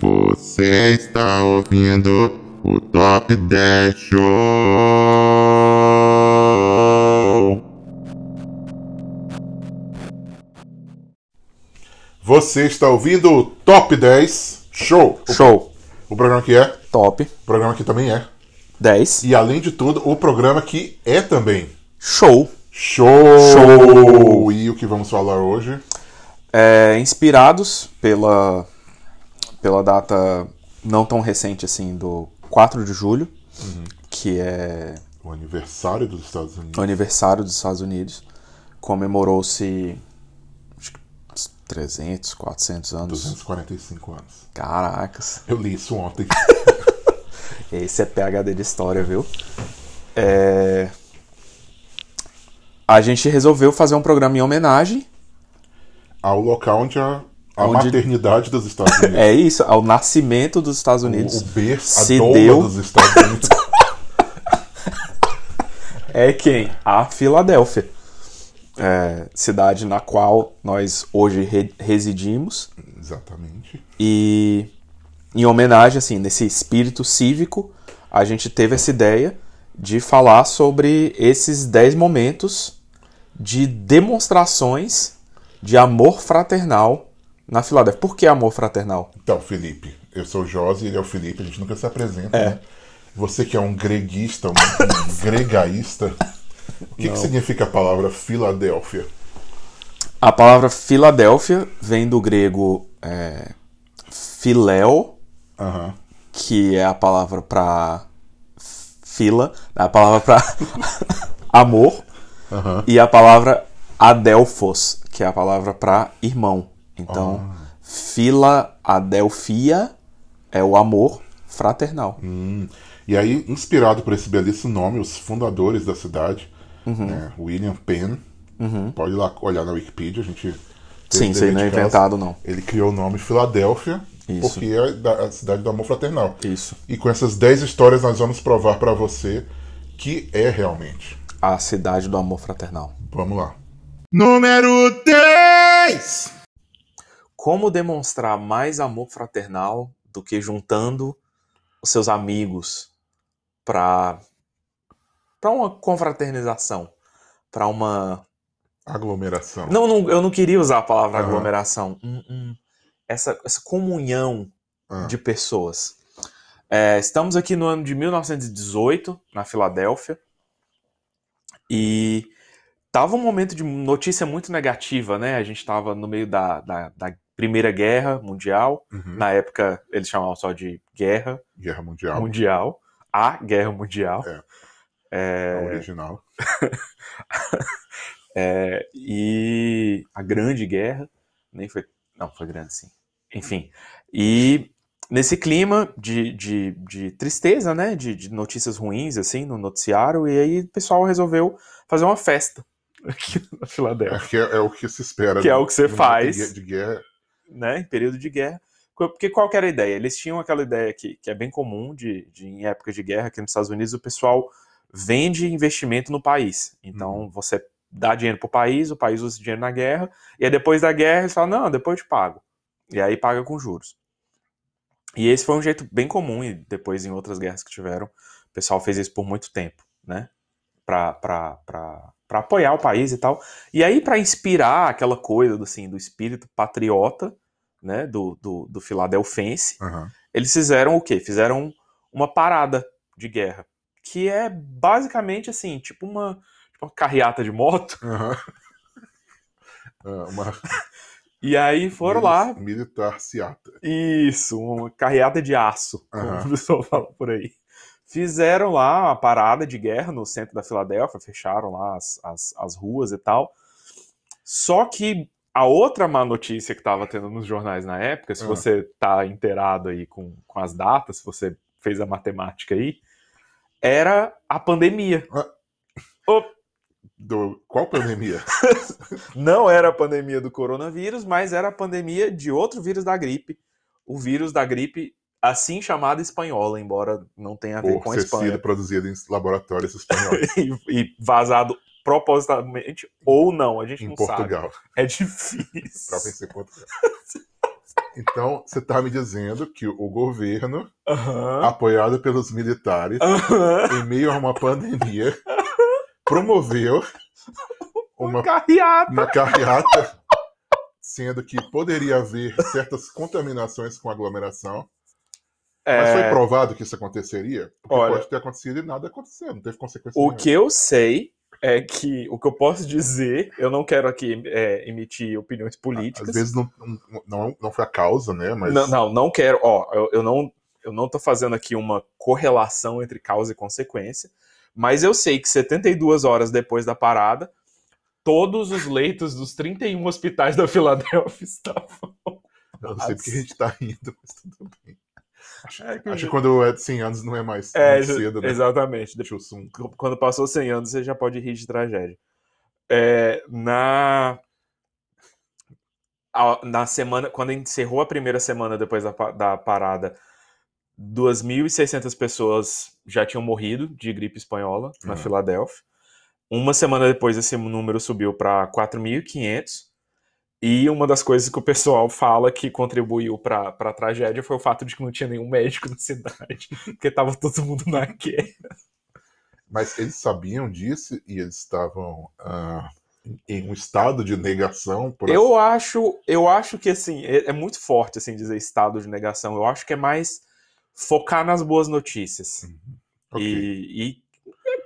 Você está ouvindo o Top 10 Show. Você está ouvindo o Top 10 Show. O- Show. O programa que é, Top. o programa que também é. 10. E além de tudo, o programa que é também. Show. Show! Show! E o que vamos falar hoje? É, inspirados pela, pela data não tão recente assim do 4 de julho, que é O aniversário dos Estados Unidos. o aniversário dos Estados Unidos. Comemorou-se acho que uns 300, 400 anos. 245 anos. Caracas. Eu li isso ontem. Esse é PHD de história, viu? É... A gente resolveu fazer um programa em homenagem. Ao local onde a, a Onde- maternidade dos Estados Unidos. É isso, ao nascimento dos Estados o, Unidos. o berço, a se doma deu dos Estados Unidos. É quem? A Filadélfia. É, cidade na qual nós hoje re- residimos. Exatamente. E em homenagem, assim, nesse espírito cívico, a gente teve essa ideia de falar sobre esses 10 momentos de demonstrações de amor fraternal na Filadélfia. Por que amor fraternal? Então, Felipe, eu sou o Josi, ele é o Felipe, a gente nunca se apresenta, né? Você que é um greguista, um gregaísta, o que, que significa a palavra Filadélfia? A palavra Filadélfia vem do grego é, filéu, Aham. que é a palavra pra fila, a palavra pra amor, e a palavra adelphos, que é a palavra pra irmão. Então, fila adelfia é o amor fraternal. E aí, inspirado por esse belíssimo nome, os fundadores da cidade, Uhum. né, William Penn, pode ir lá olhar na Wikipedia, a gente. teve Sim, isso aí dever não é de casa. inventado, não. Ele criou o nome Filadélfia, Isso. porque é da- a cidade do amor fraternal. Isso. E com essas 10 histórias, nós vamos provar pra você que é realmente. A cidade do amor fraternal. Vamos lá. Número 10! Como demonstrar mais amor fraternal do que juntando os seus amigos pra para uma confraternização, pra uma Aglomeração. Não, não, eu não queria usar a palavra Aham. aglomeração. Hum, hum. Essa, essa comunhão Ah. de pessoas. É, estamos aqui no ano de 1918, na Filadélfia, e tava um momento de notícia muito negativa, né? A gente estava no meio da, da, da Primeira Guerra Mundial. Uhum. Na época, eles chamavam só de Guerra Guerra Mundial, Mundial. A Guerra Mundial. É. É, a original. É, e a Grande Guerra, nem foi. Não, foi grande, sim. Enfim. E nesse clima de, de, de tristeza, né? De, de notícias ruins, assim, no noticiário, e aí o pessoal resolveu fazer uma festa aqui na Filadélfia, É, que é, é o que se espera. Que é do- o que você do momento faz. De, de guerra. né? Em período de guerra. Co- Porque qual que era a ideia? Eles tinham aquela ideia que, que é bem comum de, de, em época de guerra aqui nos Estados Unidos, o pessoal vende investimento no país. Então você dá dinheiro pro país, o país usa esse dinheiro na guerra, e aí depois da guerra eles falam, não, depois eu te pago. E aí paga com juros. E esse foi um jeito bem comum, e depois em outras guerras que tiveram, o pessoal fez isso por muito tempo, né? Pra, pra, pra, pra apoiar o país e tal. E aí, para inspirar aquela coisa do, assim, do espírito patriota, né? Do, do, do Filadelfense, Aham. eles fizeram o quê? Fizeram uma parada de guerra. Que é basicamente assim, tipo uma, tipo uma carreata de moto. Aham. Ah, uma E aí foram lá. mili- Militar Seata. Isso, uma carreata de aço, como Aham. o pessoal fala por aí. Fizeram lá uma parada de guerra no centro da Filadélfia, fecharam lá as, as, as ruas e tal. Só que a outra má notícia que estava tendo nos jornais na época, se Ah. você tá inteirado aí com, com as datas, se você fez a matemática aí, era a pandemia. Do... Qual pandemia? Não era a pandemia do coronavírus, mas era a pandemia de outro vírus da gripe. O vírus da gripe, assim chamada espanhola, embora não tenha a ver Por com a ser Espanha. sido produzido em laboratórios espanhóis. e, e vazado propositalmente ou não, a gente em não sabe. Portugal. É Pra difícil. vencer Portugal. Então, você tá me dizendo que o governo, Aham. apoiado pelos militares, Aham. em meio a uma pandemia, promoveu uma, Uma carreada. uma carreata, sendo que poderia haver certas contaminações com aglomeração. Mas foi É, provado que isso aconteceria? Porque Olha- pode ter acontecido e nada aconteceu, não teve consequência O nenhuma. que eu sei é que o que eu posso dizer, eu não quero aqui é, emitir opiniões políticas. Às vezes não, não- não, não foi a causa, né? Mas Não, não, não quero. Ó, eu, eu não, eu não tô fazendo aqui uma correlação entre causa e consequência, mas eu sei que 72 horas depois da parada, todos os leitos dos 31 hospitais da Filadélfia estavam. eu não sei porque a gente tá rindo, mas tudo bem. Acho, É, que acho que eu- quando é de 100 anos não é mais É, muito cedo, né? Exatamente. Tio Sun. Qu- quando passou 100 anos, você já pode rir de tragédia. É, na, a- na semana, quando encerrou a primeira semana depois da, pa- da parada, 2.600 pessoas já tinham morrido de gripe espanhola na Uhum. Filadélfia. Uma semana depois, esse número subiu para 4.500. E uma das coisas que o pessoal fala que contribuiu para a tragédia foi o fato de que não tinha nenhum médico na cidade, porque tava todo mundo na queda. Mas eles sabiam disso e eles estavam ah, em- em um estado de negação. Por Eu acho, eu acho que assim, é, é muito forte assim dizer estado de negação. Eu acho que é mais focar nas boas notícias. assim- Ok. E, e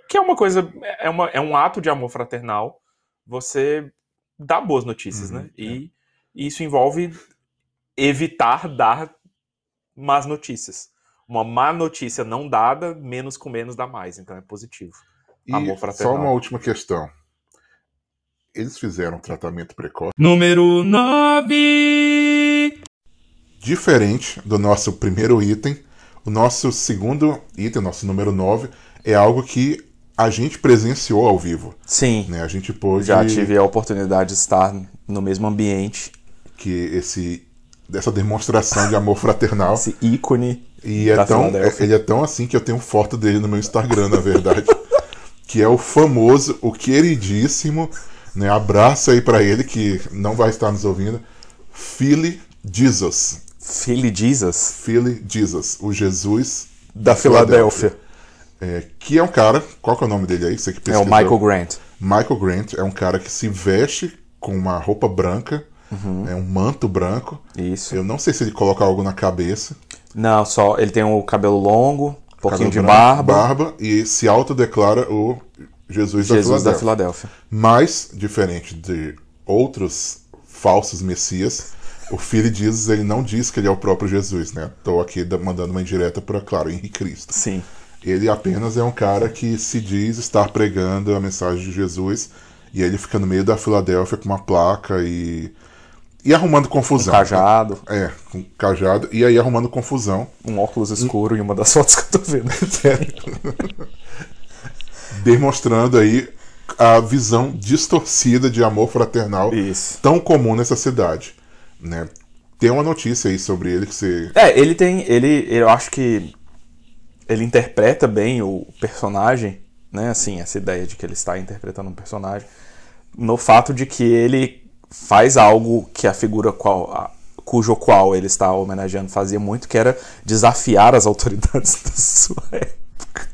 que é uma coisa, é, uma, é um ato de amor fraternal você dar boas notícias, Uhum, né? E isso envolve evitar dar más notícias. Uma má notícia não dada, menos com menos dá mais, então é positivo. E amor só fraternal. uma última questão. Eles fizeram um tratamento precoce. Número 9. Diferente do nosso primeiro item, o nosso segundo item, nosso número 9, é algo que a gente presenciou ao vivo. Sim. Né? A gente pôde. Já tive a oportunidade de estar no mesmo ambiente que esse dessa demonstração de amor fraternal. esse ícone. E é Da tão, Filadélfia. ele é tão assim que eu tenho foto dele no meu Instagram, na verdade. que é o famoso, o queridíssimo, né? Abraço aí pra ele que não vai estar nos ouvindo. Philly Jesus. Philly Jesus Philly Jesus, o Jesus da Filadélfia. é, que é um cara, qual que é o nome dele aí? Você que É o pesquisou? Michael Grant. Michael Grant é um cara que se veste com uma roupa branca, é um manto branco. Uhum. Isso. Eu não sei se ele coloca algo na cabeça. Não, só ele tem o cabelo longo, um Cabelo pouquinho de branco, barba. barba e se autodeclara o Jesus, Jesus da da Filadélfia. Filadélfia. Mas, diferente de outros falsos messias, o filho de Jesus ele não diz que ele é o próprio Jesus, né? Tô aqui da- mandando uma indireta para, claro, Henrique Cristo. Sim. Ele apenas é um cara que se diz estar pregando a mensagem de Jesus e ele fica no meio da Filadélfia com uma placa e e arrumando confusão. Um Cajado, É, com cajado e aí arrumando confusão. um óculos escuro e uma das fotos que eu tô vendo. demonstrando aí a visão distorcida de amor fraternal Isso. tão comum nessa cidade, né? Tem uma notícia aí sobre ele que você É, ele tem. Ele, eu acho que ele interpreta bem o personagem, né? Assim, essa ideia de que ele está interpretando um personagem, no fato de que ele faz algo que a figura qual, a- cujo qual ele está homenageando fazia muito, que era desafiar as autoridades da sua época.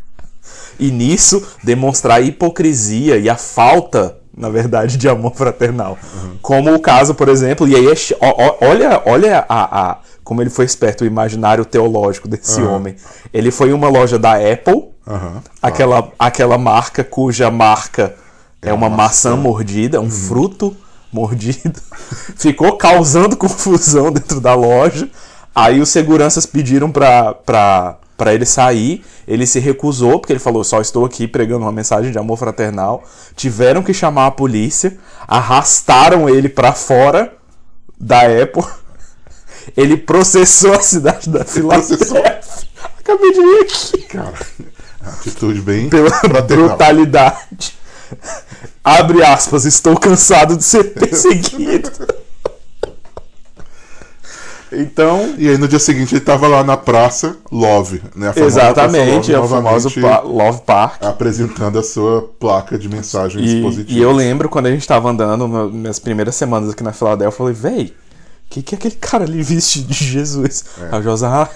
E nisso demonstrar a hipocrisia e a falta, na verdade, de amor fraternal. Como o caso, por exemplo, e aí é chi- ó- ó- olha, olha a, a- como ele foi esperto, o imaginário teológico desse homem. Ele foi em uma loja da Apple, Aham. Tá. aquela, aquela marca cuja marca é uma maçã mordida, um fruto mordido. Ficou causando confusão dentro da loja. Aí os seguranças pediram pra, pra, pra ele sair. Ele se recusou, porque ele falou: só estou aqui pregando uma mensagem de amor fraternal. Tiveram que chamar a polícia, arrastaram ele pra fora da Apple. Ele processou a cidade da Filadélfia. Acabei de ir aqui cara, atitude bem pela fraternal. brutalidade. Abre aspas, estou cansado de ser perseguido. Então, E aí no dia seguinte ele tava lá na praça Love, né? A famosa exatamente, praça é o famoso novamente pa- Love Park. apresentando a sua placa de mensagens positivas. E, e eu lembro quando a gente tava andando, meu- minhas primeiras semanas aqui na Filadélfia, eu falei, véi, o que, que é aquele cara ali vestido de Jesus? A Josa, ah,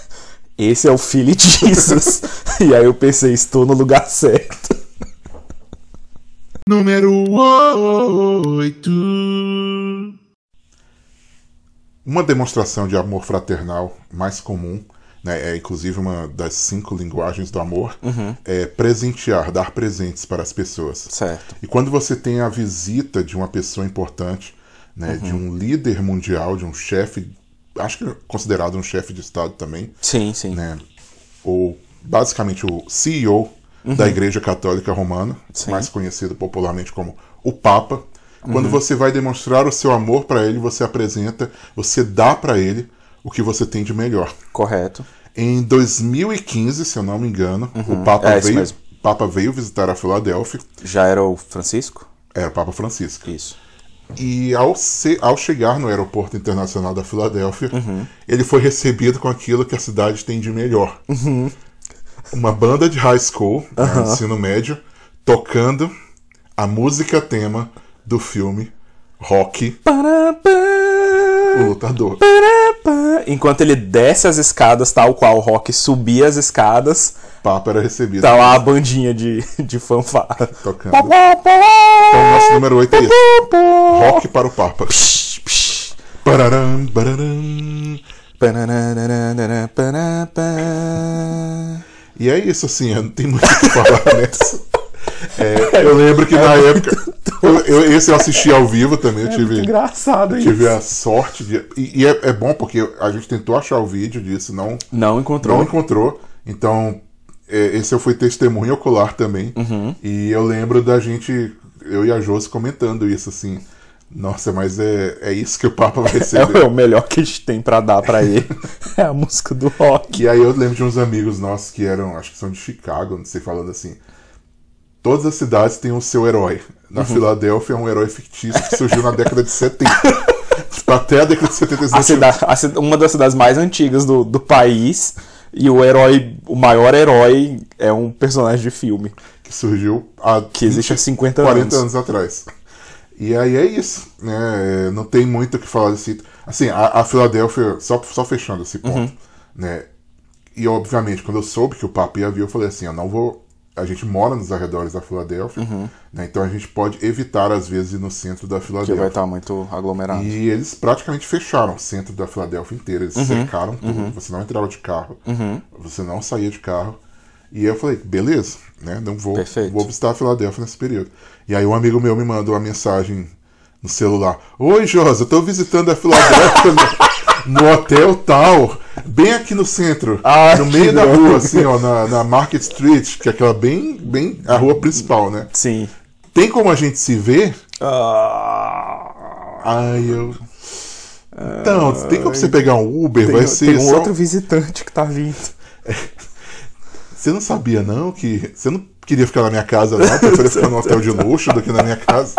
esse é o filho de Jesus. e aí eu pensei, estou no lugar certo. Número 8. Uma demonstração de amor fraternal mais comum, né, é inclusive uma das cinco linguagens do amor, é presentear, dar presentes para as pessoas. Certo. E quando você tem a visita de uma pessoa importante, né, de um líder mundial, de um chefe, acho que é considerado um chefe de Estado também, Sim, sim. né, ou basicamente o CEO da Igreja Católica Romana, Uhum. Sim. Uhum. mais conhecido popularmente como o Papa. Quando você vai demonstrar o seu amor para ele, você apresenta, você dá para ele o que você tem de melhor. Correto. Em 2015, se eu não me engano, o Papa, É, isso veio, mesmo. Papa veio visitar a Filadélfia, Já era o Francisco? era o Papa Francisco. Isso. E ao, se- ao chegar no aeroporto internacional da Filadélfia, ele foi recebido com aquilo que a cidade tem de melhor. Uma banda de high school, né, ensino médio, tocando a música tema do filme Rock, Pará, o pará, lutador. pará, pará. Enquanto ele desce as escadas, tal qual o Rock subia as escadas, O Papa era recebido tá lá a bandinha de, de fanfarra. tocando. Pá, pá, pá. Então, nosso número 8 é esse. Pá, pá. Rock para o Papa. Psh, psh. Pararam, pararam. Pananananana, panapá. E é isso, assim, eu não tenho muito o que falar nessa. É, eu lembro que na época. eu- eu- esse eu assisti ao vivo também, eu tive, Engraçado isso. tive a sorte de. E, e é, é bom porque a gente tentou achar o vídeo disso, não, Não não encontrou. encontrou. Então, é, esse eu fui testemunha ocular também. Uhum. E eu lembro da gente, eu e a Josi comentando isso, assim. Nossa, mas é, é isso que o Papa vai É receber. o melhor que a gente tem pra dar pra ele. É a música do Rock. E aí eu lembro de uns amigos nossos que eram, acho que são de Chicago, não sei, falando assim. Todas as cidades têm o seu herói. Na Uhum. Filadélfia é um herói fictício que surgiu na década de 70. Tipo, Até a década de 70 A existiu. cida- a cida- uma das cidades mais antigas do, do país. E o herói, o maior herói, é um personagem de filme que surgiu há que existe há 50 40 anos. anos atrás. E aí é isso, né? Não tem muito o que falar desse. Assim, a, a Filadélfia, só, só fechando esse ponto, Uhum. né? E obviamente, quando eu soube que o Papa ia vir, eu falei assim: eu não vou. A gente mora nos arredores da Filadélfia, né? Então a gente pode evitar, às vezes, ir no centro da Uhum. Que vai Filadélfia. estar muito aglomerado. E eles praticamente fecharam o centro da Filadélfia inteira. Eles Uhum. cercaram tudo. Você não entrava de carro. Você não saía de carro. E eu falei, beleza, né? Não vou, Perfeito. vou visitar a Filadélfia nesse período. E aí um amigo meu me mandou uma mensagem no celular. Oi, Josa, eu tô visitando a Filadélfia no, no hotel tal. Bem aqui no centro. Ah, no que meio da droga. rua, assim, ó, na, na Market Street, que é aquela bem, bem a rua principal, né? Sim. Tem como a gente se ver? Ah, Ai, eu. Então, tem como você pegar um Uber? tem vai tem ser. um só- outro visitante que tá vindo. Você não sabia, não, que. Você não queria ficar na minha casa, não. Eu preferia ficar num hotel de luxo do que na minha casa.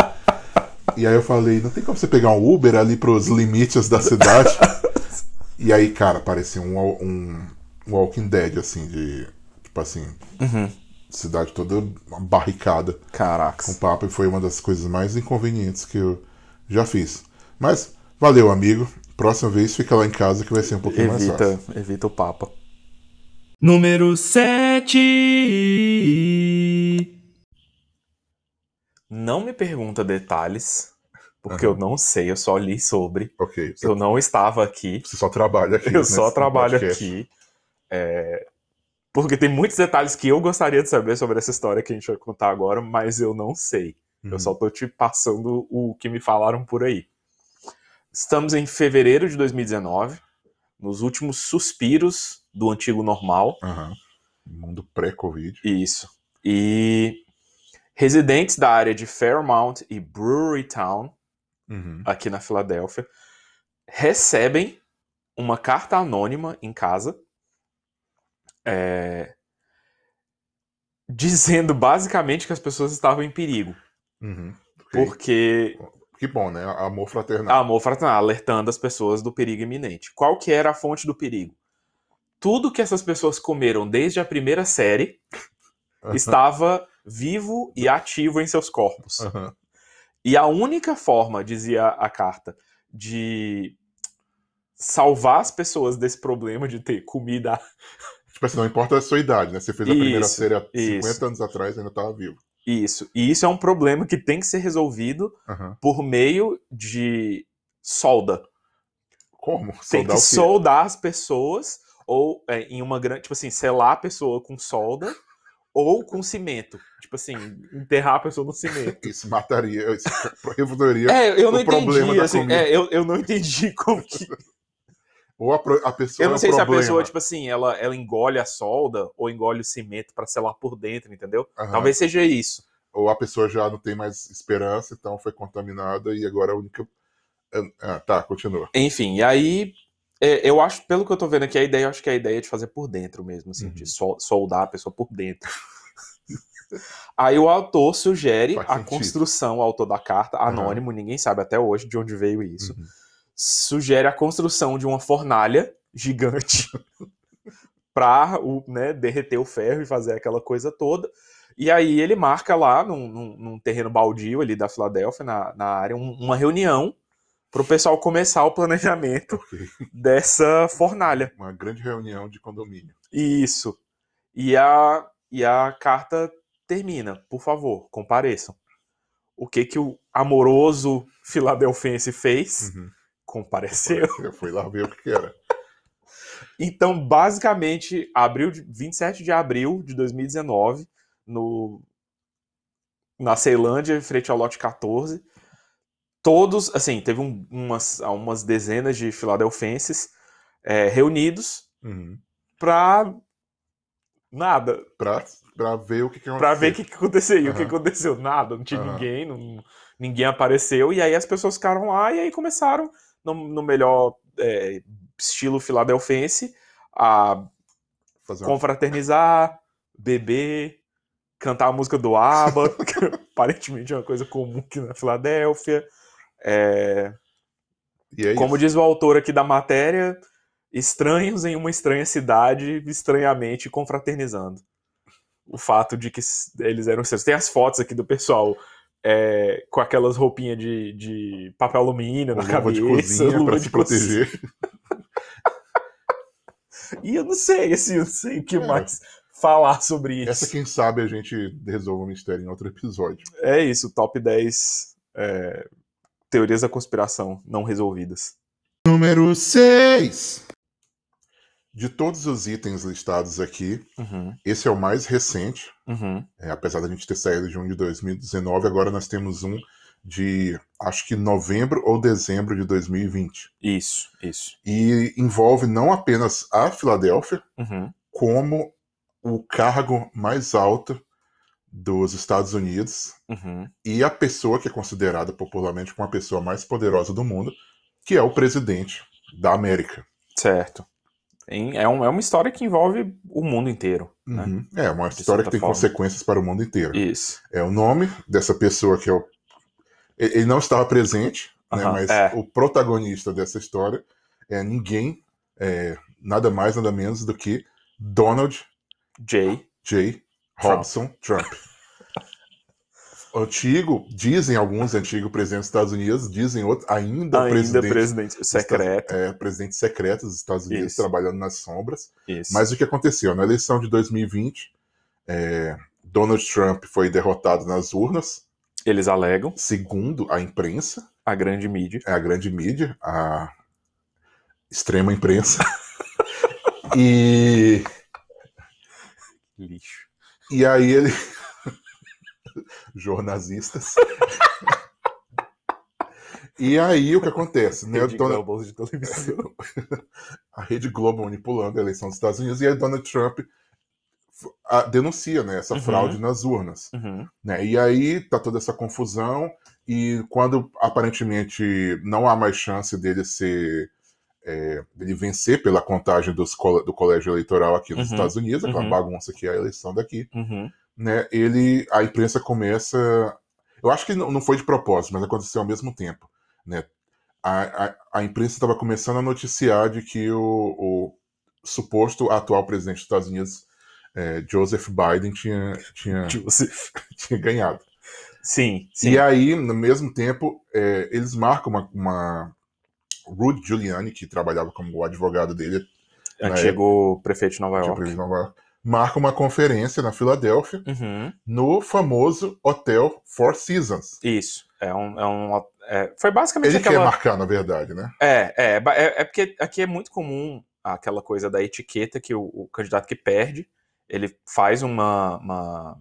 E aí eu falei, não tem como você pegar um Uber ali pros limites da cidade. E aí, cara, parecia um, wa- um Walking Dead, assim, de. Tipo assim. Uhum. Cidade toda barricada. com o Caraca. um Papa um e foi uma das coisas mais inconvenientes que eu já fiz. Mas valeu, amigo. Próxima vez fica lá em casa que vai ser um pouquinho mais fácil. Evita, evita o Papa. Número 7. Não me pergunta detalhes, porque eu não sei, eu só li sobre. Ok. Você, Eu não estava aqui, você só trabalha aqui. eu né, só no trabalho podcast. aqui. é, porque tem muitos detalhes que eu gostaria de saber sobre essa história que a gente vai contar agora, mas eu não sei. Uhum. Eu só tô te passando o que me falaram por aí. Estamos em fevereiro de 2019, nos últimos suspiros do antigo normal. Aham. Mundo pré-Covid. Isso. E residentes da área de Fairmount e Brewerytown, Uhum. aqui na Filadélfia, recebem uma carta anônima em casa é, dizendo basicamente que as pessoas estavam em perigo. Uhum. Ok. Porque Porque Que bom, né? Amor fraternal. Amor fraternal, alertando as pessoas do perigo iminente. Qual que era a fonte do perigo? Tudo que essas pessoas comeram desde a primeira série estava vivo e ativo em seus corpos. Aham. E a única forma, dizia a carta, de salvar as pessoas desse problema de ter comida. Tipo assim, não importa a sua idade, né? Você fez a primeira Isso, série há 50 isso. anos atrás e ainda tava vivo. Isso. E isso é um problema que tem que ser resolvido Aham. por meio de solda. Como? tem Soldar que o quê? soldar as pessoas ou é, em uma grande, tipo assim, selar a pessoa com solda ou com cimento, tipo assim, enterrar a pessoa no cimento. Isso mataria, isso resolveria. É, eu não O problema entendi, da assim, comida. é, eu, eu não entendi como que... Ou a, pro- a pessoa Eu não é o sei se a problema. pessoa, tipo assim, ela, ela engole a solda ou engole o cimento pra selar por dentro, entendeu? Aham. Talvez seja isso. Ou a pessoa já não tem mais esperança, então foi contaminada e agora a única. Ah, tá, continua. Enfim, e aí é, eu acho, pelo que eu tô vendo aqui, a ideia, eu acho que a ideia é de fazer por dentro mesmo, assim, Uhum. de sol- soldar a pessoa por dentro. aí o autor sugere Faz a sentido. construção, o autor da carta, anônimo, ninguém sabe até hoje de onde veio isso. Uhum. Sugere a construção de uma fornalha gigante pra o, né, derreter o ferro e fazer aquela coisa toda. E aí ele marca lá num, num- num terreno baldio ali da Filadélfia, na, na área, um- uma reunião para o pessoal começar o planejamento Ok. dessa fornalha. Uma grande reunião de condomínio. Isso. E a, e a carta termina. Por favor, compareçam. O que que o amoroso filadelfense fez? Uhum. Compareceu. Eu fui lá ver o que que era. Então, basicamente, abril de, 27 de abril de 2019, no, na Ceilândia, em frente ao lote 14, todos, assim, teve um- umas, umas dezenas de filadelfenses eh, reunidos Uhum. pra nada, Pra, pra ver o que, que aconteceu. pra ver o que, que aconteceu. E o que Aham. aconteceu? Nada, não tinha Aham. ninguém, não- ninguém apareceu. E aí as pessoas ficaram lá e aí começaram, no, no melhor eh, estilo filadelfense, a Fazer uma... confraternizar, beber, cantar a música do ABBA, que aparentemente é uma coisa comum aqui na Filadélfia. É, E é isso. como diz o autor aqui da matéria, estranhos em uma estranha cidade, estranhamente confraternizando. O fato de que s- eles eram seus. Tem as fotos aqui do pessoal é, com aquelas roupinhas de, de papel alumínio Uma na luva cabeça, de cozinha luva pra de se cozinha. proteger. E eu não sei, assim, eu não sei o que É. mais falar sobre isso. Essa, quem sabe, a gente resolve o mistério em outro episódio. É isso, top 10 é, teorias da conspiração não resolvidas. Número 6. De todos os itens listados aqui, Uhum, esse é o mais recente. É, apesar da gente ter saído de um de 2019, agora nós temos um de acho que novembro ou dezembro de 2020. Isso, isso. E envolve não apenas a Filadélfia, Uhum, como o cargo mais alto dos Estados Unidos uhum. e a pessoa que é considerada popularmente como a pessoa mais poderosa do mundo, que é o presidente da América. Certo. Em- É, um- é uma história que envolve o mundo inteiro. né? Uhum. É uma De história que certa tem forma. consequências para o mundo inteiro. Isso. é o nome dessa pessoa que é o. Ele ele não estava presente, né, Aham, mas é. o protagonista dessa história é ninguém, é, nada mais, nada menos do que Donald Jay. J. Robson Trump. Antigo, dizem alguns, antigo presidente dos Estados Unidos, dizem outros, ainda, Ainda presidente, presidente, tá- secreto. é, presidente secreto dos Estados Unidos, Isso. trabalhando nas sombras. Isso. Mas o que aconteceu? Na eleição de 2020, é, Donald Trump foi derrotado nas urnas, Eles alegam segundo a imprensa, é a grande mídia. a grande mídia, a extrema imprensa. e, Lixo. e aí ele. Jornalistas. e aí o que acontece? Né? Rede Donald- Globo de televisão. a Rede Globo manipulando a eleição dos Estados Unidos e aí Donald Trump f- a- denuncia né, essa Uhum. fraude nas urnas. Uhum. né? E aí tá toda essa confusão, e quando aparentemente não há mais chance dele ser. é, dele vencer pela contagem dos cole- do colégio eleitoral aqui nos Uhum, Estados Unidos, aquela uhum. bagunça que é a eleição daqui, Uhum. né? Ele. A imprensa começa. Eu acho que não não foi de propósito, mas aconteceu ao mesmo tempo. Né? A, a, a imprensa estava começando a noticiar de que o, o suposto atual presidente dos Estados Unidos, eh, Joseph Biden, tinha, tinha, Joseph. tinha ganhado. Sim, sim. É E aí, no mesmo tempo, é, eles marcam uma, uma. Rudy Giuliani, que trabalhava como advogado dele, tipo, Antigo prefeito é de Nova tinha York. preso em Nova York, marca uma conferência na Filadélfia, Uhum. no famoso Hotel Four Seasons. Isso. É um. É um é, foi basicamente Ele quer aquela. marcar, na verdade, né? É, é, ba- é, é porque aqui é muito comum aquela coisa da etiqueta que o, o candidato que perde, ele faz uma, uma.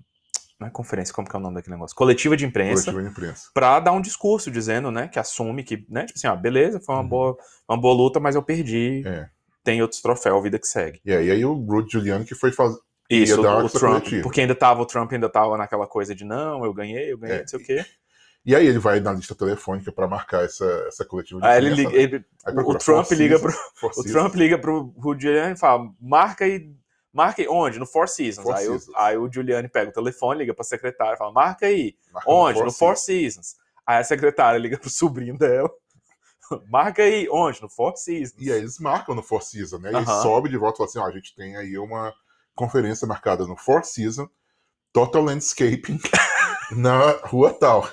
Não é conferência, como que é o nome daquele negócio? Coletiva de imprensa. Coletiva de imprensa. Pra dar um discurso dizendo, né, que assume que, né, tipo assim, ah, beleza, foi uma, Uhum. boa, uma boa luta, mas eu perdi, É. tem outros troféus, vida que segue. E aí, aí o Rudy Giuliani que foi fazer. Isso, dar o, o essa Trump, coletiva. porque ainda tava, o Trump ainda tava naquela coisa de, não, eu ganhei, eu ganhei, É. não sei o quê. E aí ele vai na lista telefônica pra marcar essa, essa coletiva de Aí Ah, ele, imprensa. né? liga- ele- Aí o procura Trump Four liga pro, Seasons, Four O Seasons. Trump liga pro Rudy Giuliani e fala: marca aí. Marca aí onde? No Four Seasons. Four aí, o- Seasons. aí o Giuliani pega o telefone, liga pra secretária e fala: marca aí. Marca Onde? No Four Seasons. Seasons. Aí a secretária liga pro sobrinho dela: marca aí. Onde? No Four Seasons. E aí eles marcam no Four Seasons, né? E Aham. sobe de volta e fala assim: ó, a gente tem aí uma conferência marcada no Four Seasons, Total Landscaping, na rua tal.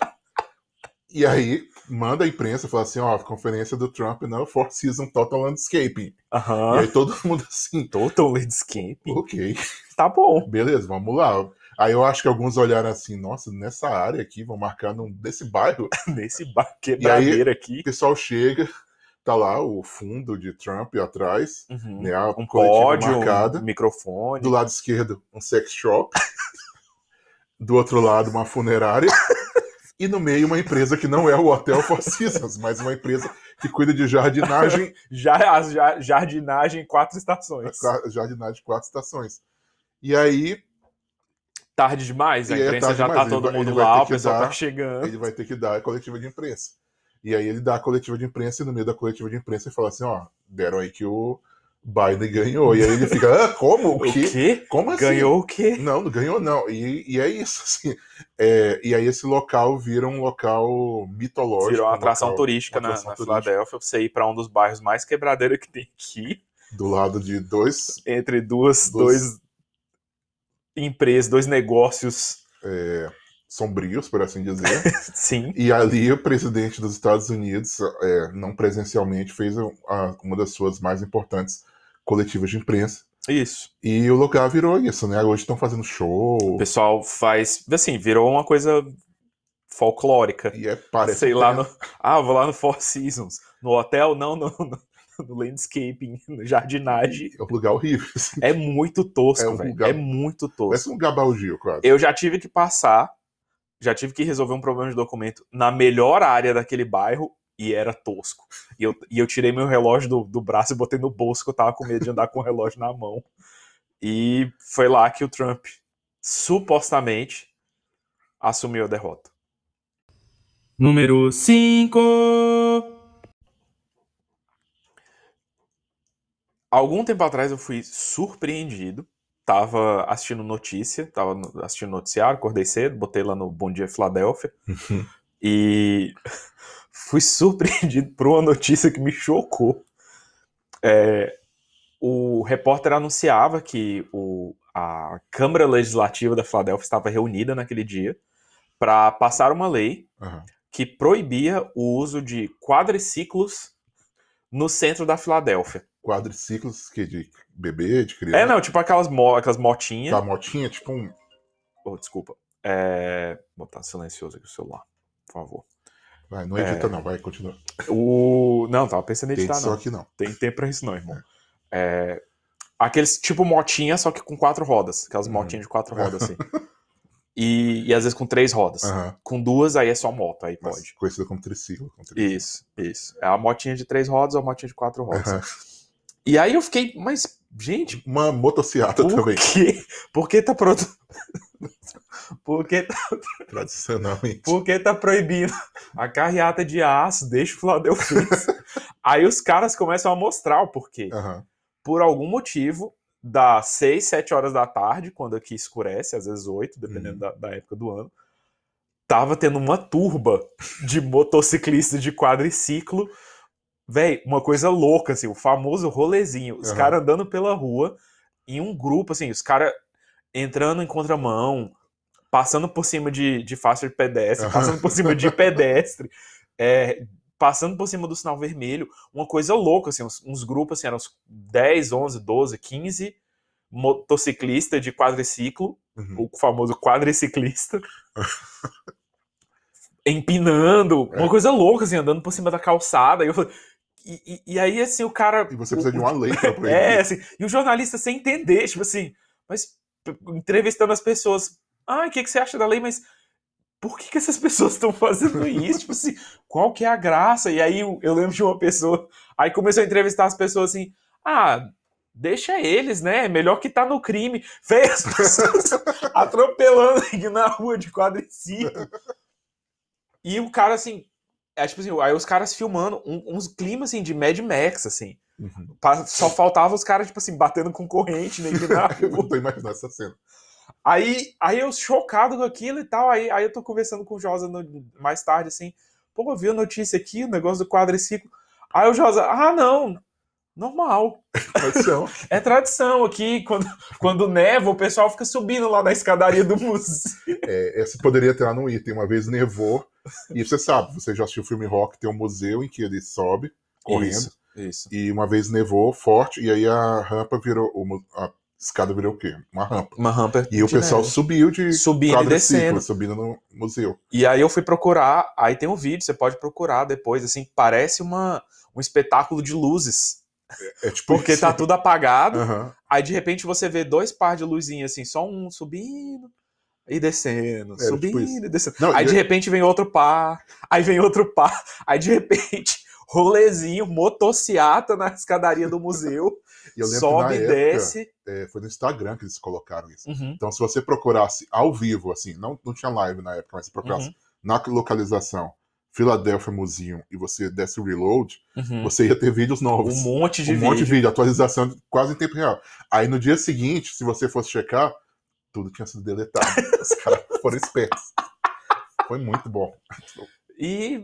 E aí manda a imprensa e fala assim: ó, a conferência do Trump na Four Seasons Total Landscaping. E Aham. aí todo mundo assim, Total Landscape. ok, Tá bom. beleza, vamos lá. Aí eu acho que alguns olharam assim, nossa, nessa área aqui, vão marcar num, desse bairro. Nesse bar quebradeira aqui. O pessoal chega, tá lá o fundo de Trump atrás, Uhum. né? A Um coletiva pódio, marcada. um microfone. Do lado esquerdo, um sex shop. Do outro lado, uma funerária. E no meio, uma empresa que não é o Hotel Four Seasons, mas uma empresa que cuida de jardinagem, Já, as ja- jardinagem, quatro estações. qua- jardinagem de quatro estações. E aí, Tarde demais, a E aí é imprensa tarde já tá demais, ele todo vai- mundo ele vai ter lá, o que pessoal dar- tá chegando. ele vai ter que dar a coletiva de imprensa. E aí, ele dá a coletiva de imprensa, e no meio da coletiva de imprensa, ele fala assim: ó, deram aí que o Biden ganhou. E aí ele fica: ah, como? O O quê? quê? Como assim? Ganhou o quê? Não, não ganhou não. E, e é isso, assim. É, e aí esse local vira um local mitológico. Virou uma um atração local- turística uma na, atração na turística. Filadélfia. Você ir pra um dos bairros mais quebradeira que tem aqui, Do lado de dois entre duas, Dos- dois empresas, dois negócios. é, sombrios, por assim dizer. Sim. e ali o presidente dos Estados Unidos, é, não presencialmente, fez a- a- uma das suas mais importantes coletivas de imprensa. Isso. E o lugar virou isso, né? Hoje estão fazendo show. O pessoal faz. Assim, virou uma coisa folclórica. E é parece. Sei que lá tem- no. Ah, vou lá no Four Seasons. No hotel? Não, não. No, no landscaping, no jardinagem. É um lugar horrível. assim. É muito tosco, É um velho. lugar- É muito tosco. Parece um gabalgio, quase. Eu já tive que passar, já tive que resolver um problema de documento na melhor área daquele bairro e era tosco. E eu, e eu tirei meu relógio do, do braço e botei no bolso que eu tava com medo de andar com o relógio na mão. E foi lá que o Trump supostamente assumiu a derrota. Número 5. Algum tempo atrás eu fui surpreendido. Tava assistindo notícia, tava no- assistindo noticiário, acordei cedo, botei lá no Bom Dia Filadélfia. e fui surpreendido por uma notícia que me chocou. É, o repórter anunciava que o- a Câmara Legislativa da Filadélfia estava reunida naquele dia para passar uma lei Aham. que proibia o uso de quadriciclos no centro da Filadélfia. Quadriciclos que de bebê, de criança. É, não, é. tipo aquelas, mo aquelas motinhas. Aquela motinha, tipo um. Oh, desculpa. É... Vou botar silencioso aqui o celular, por favor. Vai, não edita, não, vai, continua. O... Não, tava pensando em Tem editar, edição É. não. aqui, não. Tem tempo pra isso, não, irmão. É... Aqueles tipo motinha, só que com quatro rodas. Aquelas Uhum. motinhas de quatro rodas, assim. E, e às vezes com três rodas. Aham. Com duas, aí é só moto, aí Mas pode. Conhecida como triciclo. como triciclo. Isso, isso. É a motinha de três rodas ou a motinha de quatro rodas. Aham. E aí eu fiquei, mas, gente, Uma motocicleta por também. quê? Por que tá pro... Por que Tradicionalmente. Porque tá proibindo a carreata de aço, deixa o Filadelfiense. Aí os caras começam a mostrar o porquê. Aham. Por algum motivo, das 6, 7 horas da tarde, quando aqui escurece, às vezes 8, dependendo da, da época do ano, tava tendo uma turba de motociclistas de quadriciclo. Véi, uma coisa louca, assim, o famoso rolezinho. Os Aham. caras andando pela rua em um grupo, assim, os caras entrando em contramão, passando por cima de, de faixa de pedestre, Aham. passando por cima de pedestre, é, passando por cima do sinal vermelho. Uma coisa louca, assim, uns, uns grupos, assim, eram uns 10, 11, 12, 15 motociclistas de quadriciclo Uhum. o famoso quadriciclista. empinando, uma coisa louca, assim, andando por cima da calçada. E, eu falei- e- e- e aí, assim, o cara. E você o- precisa de o- uma lei pra proibir. É, assim, e o jornalista sem entender, tipo assim, mas p- entrevistando as pessoas. Ah, o que, que você acha da lei? Mas por que, que essas pessoas estão fazendo isso? tipo assim, qual que é a graça? E aí eu eu lembro de uma pessoa. Aí começou a entrevistar as pessoas assim. Ah, deixa eles, né? Melhor que tá no crime. Véi, as pessoas atropelando aqui na rua de quadriciclo. E o cara, assim. É, tipo assim, aí os caras filmando um- uns climas assim, de Mad Max, assim. Uhum. Pa- Só faltava os caras, tipo assim, batendo com corrente, né? que na Eu rua. não tô imaginando essa cena. Aí, aí eu chocado com aquilo e tal. Aí, aí eu tô conversando com o Josa no- mais tarde, assim. Pô, viu a notícia aqui, o negócio do quadriciclo. Aí o Josa, ah, não, normal. Tradição. É tradição aqui, quando, quando neva, o pessoal fica subindo lá na escadaria do museu. É, essa poderia entrar num item. Uma vez nevou. E você sabe, você já assistiu o filme Rock, tem um museu em que ele sobe correndo. Isso. E uma vez nevou forte. E aí a rampa virou. o mu- A escada virou o quê? Uma rampa. Uma rampa. E o de pessoal neve. subiu de né? subindo e descendo. quadriciclo, subindo no museu. E aí eu fui procurar, aí tem um vídeo, você pode procurar depois, assim, parece uma, um espetáculo de luzes. É tipo Porque isso. tá tudo apagado, Aham. aí de repente você vê dois par de luzinhas, assim, só um subindo e descendo, Era tipo subindo isso. e descendo. Não, Aí e- de repente vem outro par, aí vem outro par, aí de repente rolezinho, motociata na escadaria do museu, e eu lembro sobe que e na época, desce. é, foi no Instagram que eles colocaram isso. Uhum. Então, se você procurasse ao vivo, assim, não, não tinha live na época, mas se procurasse Uhum. na localização Philadelphia Museum e você desse o reload, Uhum. você ia ter vídeos novos. Um monte de um vídeo. monte de vídeo, atualização de- quase em tempo real. Aí no dia seguinte, se você fosse checar, tudo tinha sido deletado. Os caras foram espertos. Foi muito bom. E,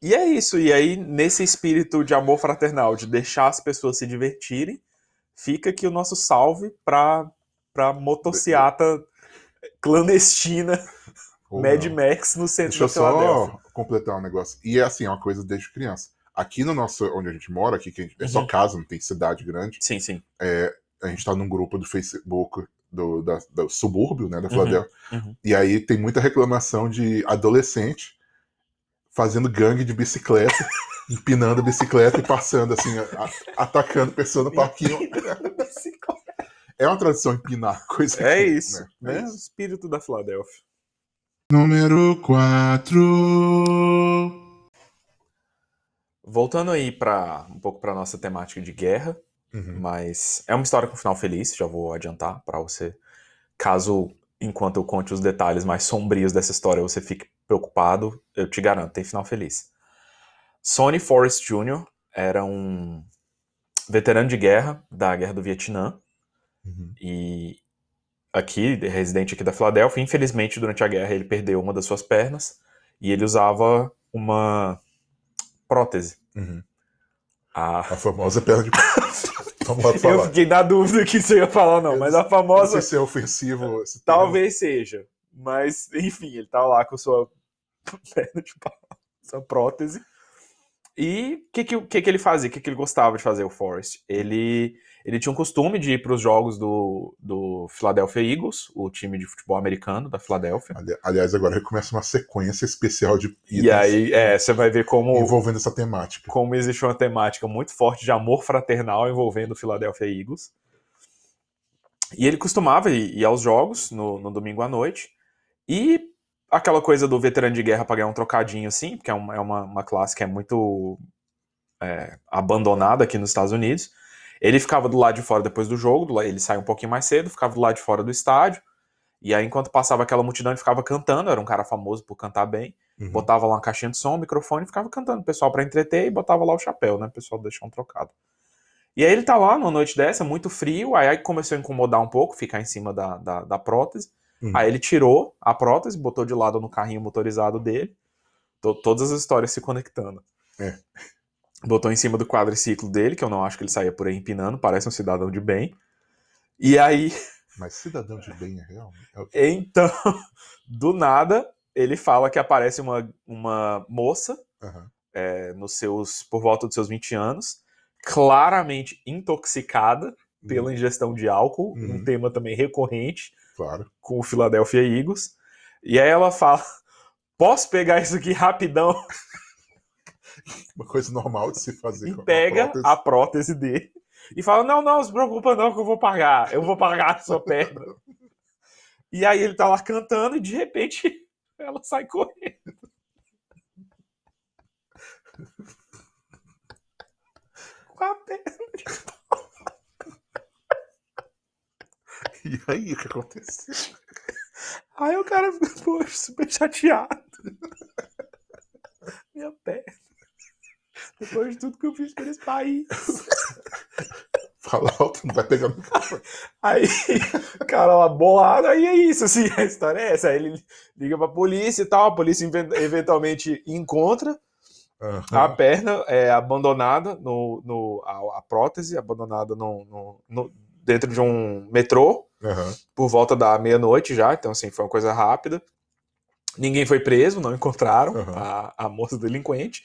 e é isso. E aí, nesse espírito de amor fraternal, de deixar as pessoas se divertirem, fica aqui o nosso salve pra, pra motociata clandestina Ou Mad não. Max no centro Deixa eu da Filadélfia. só completar um negócio. E é assim, é uma coisa desde criança. Aqui no nosso, onde a gente mora, aqui que a gente- é só Uhum. casa, não tem cidade grande. Sim, sim. a gente tá num grupo do Facebook do, da, do subúrbio, né, da Filadélfia. uhum. E aí tem muita reclamação de adolescente fazendo gangue de bicicleta, empinando bicicleta e passando assim, a- atacando pessoa no parquinho. É uma tradição empinar coisa. É assim, isso, né? né? É O isso. espírito da Filadélfia. Número 4. Voltando aí para um pouco para nossa temática de guerra, Uhum. mas é uma história com final feliz, já vou adiantar pra você. Caso, enquanto eu conte os detalhes mais sombrios dessa história, você fique preocupado, eu te garanto, tem final feliz. Sonny Forrest Jr. era um veterano de guerra da Guerra do Vietnã Uhum. e aqui, residente aqui da Filadélfia, infelizmente durante a guerra ele perdeu uma das suas pernas e ele usava uma prótese. Uhum. A... A famosa perna de. Vamos lá Eu falar. fiquei na dúvida que você ia falar não, Eu mas a Não famosa sei se é ofensivo. esse termo. Talvez seja. Mas, enfim, ele tá lá com sua perna de pau, sua prótese. E o que, que, o que, que ele fazia? O que, que ele gostava de fazer, o Forrest? Ele, ele tinha um costume de ir para os jogos do, do Philadelphia Eagles, o time de futebol americano da Filadélfia. Ali- Aliás, agora começa uma sequência especial de E aí, é, você vai ver como, envolvendo essa temática. como existe uma temática muito forte de amor fraternal envolvendo o Philadelphia Eagles. E ele costumava ir, ir aos jogos no, no domingo à noite. E aquela coisa do veterano de guerra pra ganhar um trocadinho, assim, porque é uma, é uma, uma classe que é muito é, abandonada aqui nos Estados Unidos. Ele ficava do lado de fora depois do jogo, do la- ele saiu um pouquinho mais cedo, ficava do lado de fora do estádio. E aí, enquanto passava aquela multidão, ele ficava cantando, era um cara famoso por cantar bem. Uhum. Botava lá uma caixinha de som, um microfone, e ficava cantando o pessoal pra entreter e botava lá o chapéu, né? O pessoal deixava um trocado. E aí ele tá lá numa noite dessa, muito frio, aí, aí começou a incomodar um pouco, ficar em cima da, da, da prótese. Uhum. Aí ele tirou a prótese, botou de lado no carrinho motorizado dele. To- todas as histórias se conectando. É. Botou em cima do quadriciclo dele, que eu não acho que ele saia por aí empinando, parece um cidadão de bem. E aí, Mas cidadão de bem é real? É o- então, do nada, ele fala que aparece uma, uma moça Aham. é, nos seus por volta dos seus 20 anos, claramente intoxicada pela ingestão de álcool, Hum. Uhum. um tema também recorrente Claro. com o Philadelphia Eagles. E aí ela fala: "Posso pegar isso aqui rapidão?" Uma coisa normal de se fazer. E com a pega prótese. a prótese dele e fala: "Não, não, se preocupa não que eu vou pagar. Eu vou pagar a sua perna." E aí ele tá lá cantando e de repente ela sai correndo. Com a perna. E aí, o que aconteceu? Aí o cara fica, pô, super chateado. Minha perna. Depois de tudo que eu fiz por esse país. Fala alto, não vai pegar no Aí, o cara lá bolado, aí é isso, assim, a história é essa. Aí ele liga pra polícia e tal, a polícia inven- eventualmente encontra a Aham. perna é, abandonada, no, no, a, a prótese abandonada no, no- no- dentro de um metrô, Aham. por volta da meia-noite já, então assim, foi uma coisa rápida. Ninguém foi preso, não encontraram Aham. a, a moça delinquente.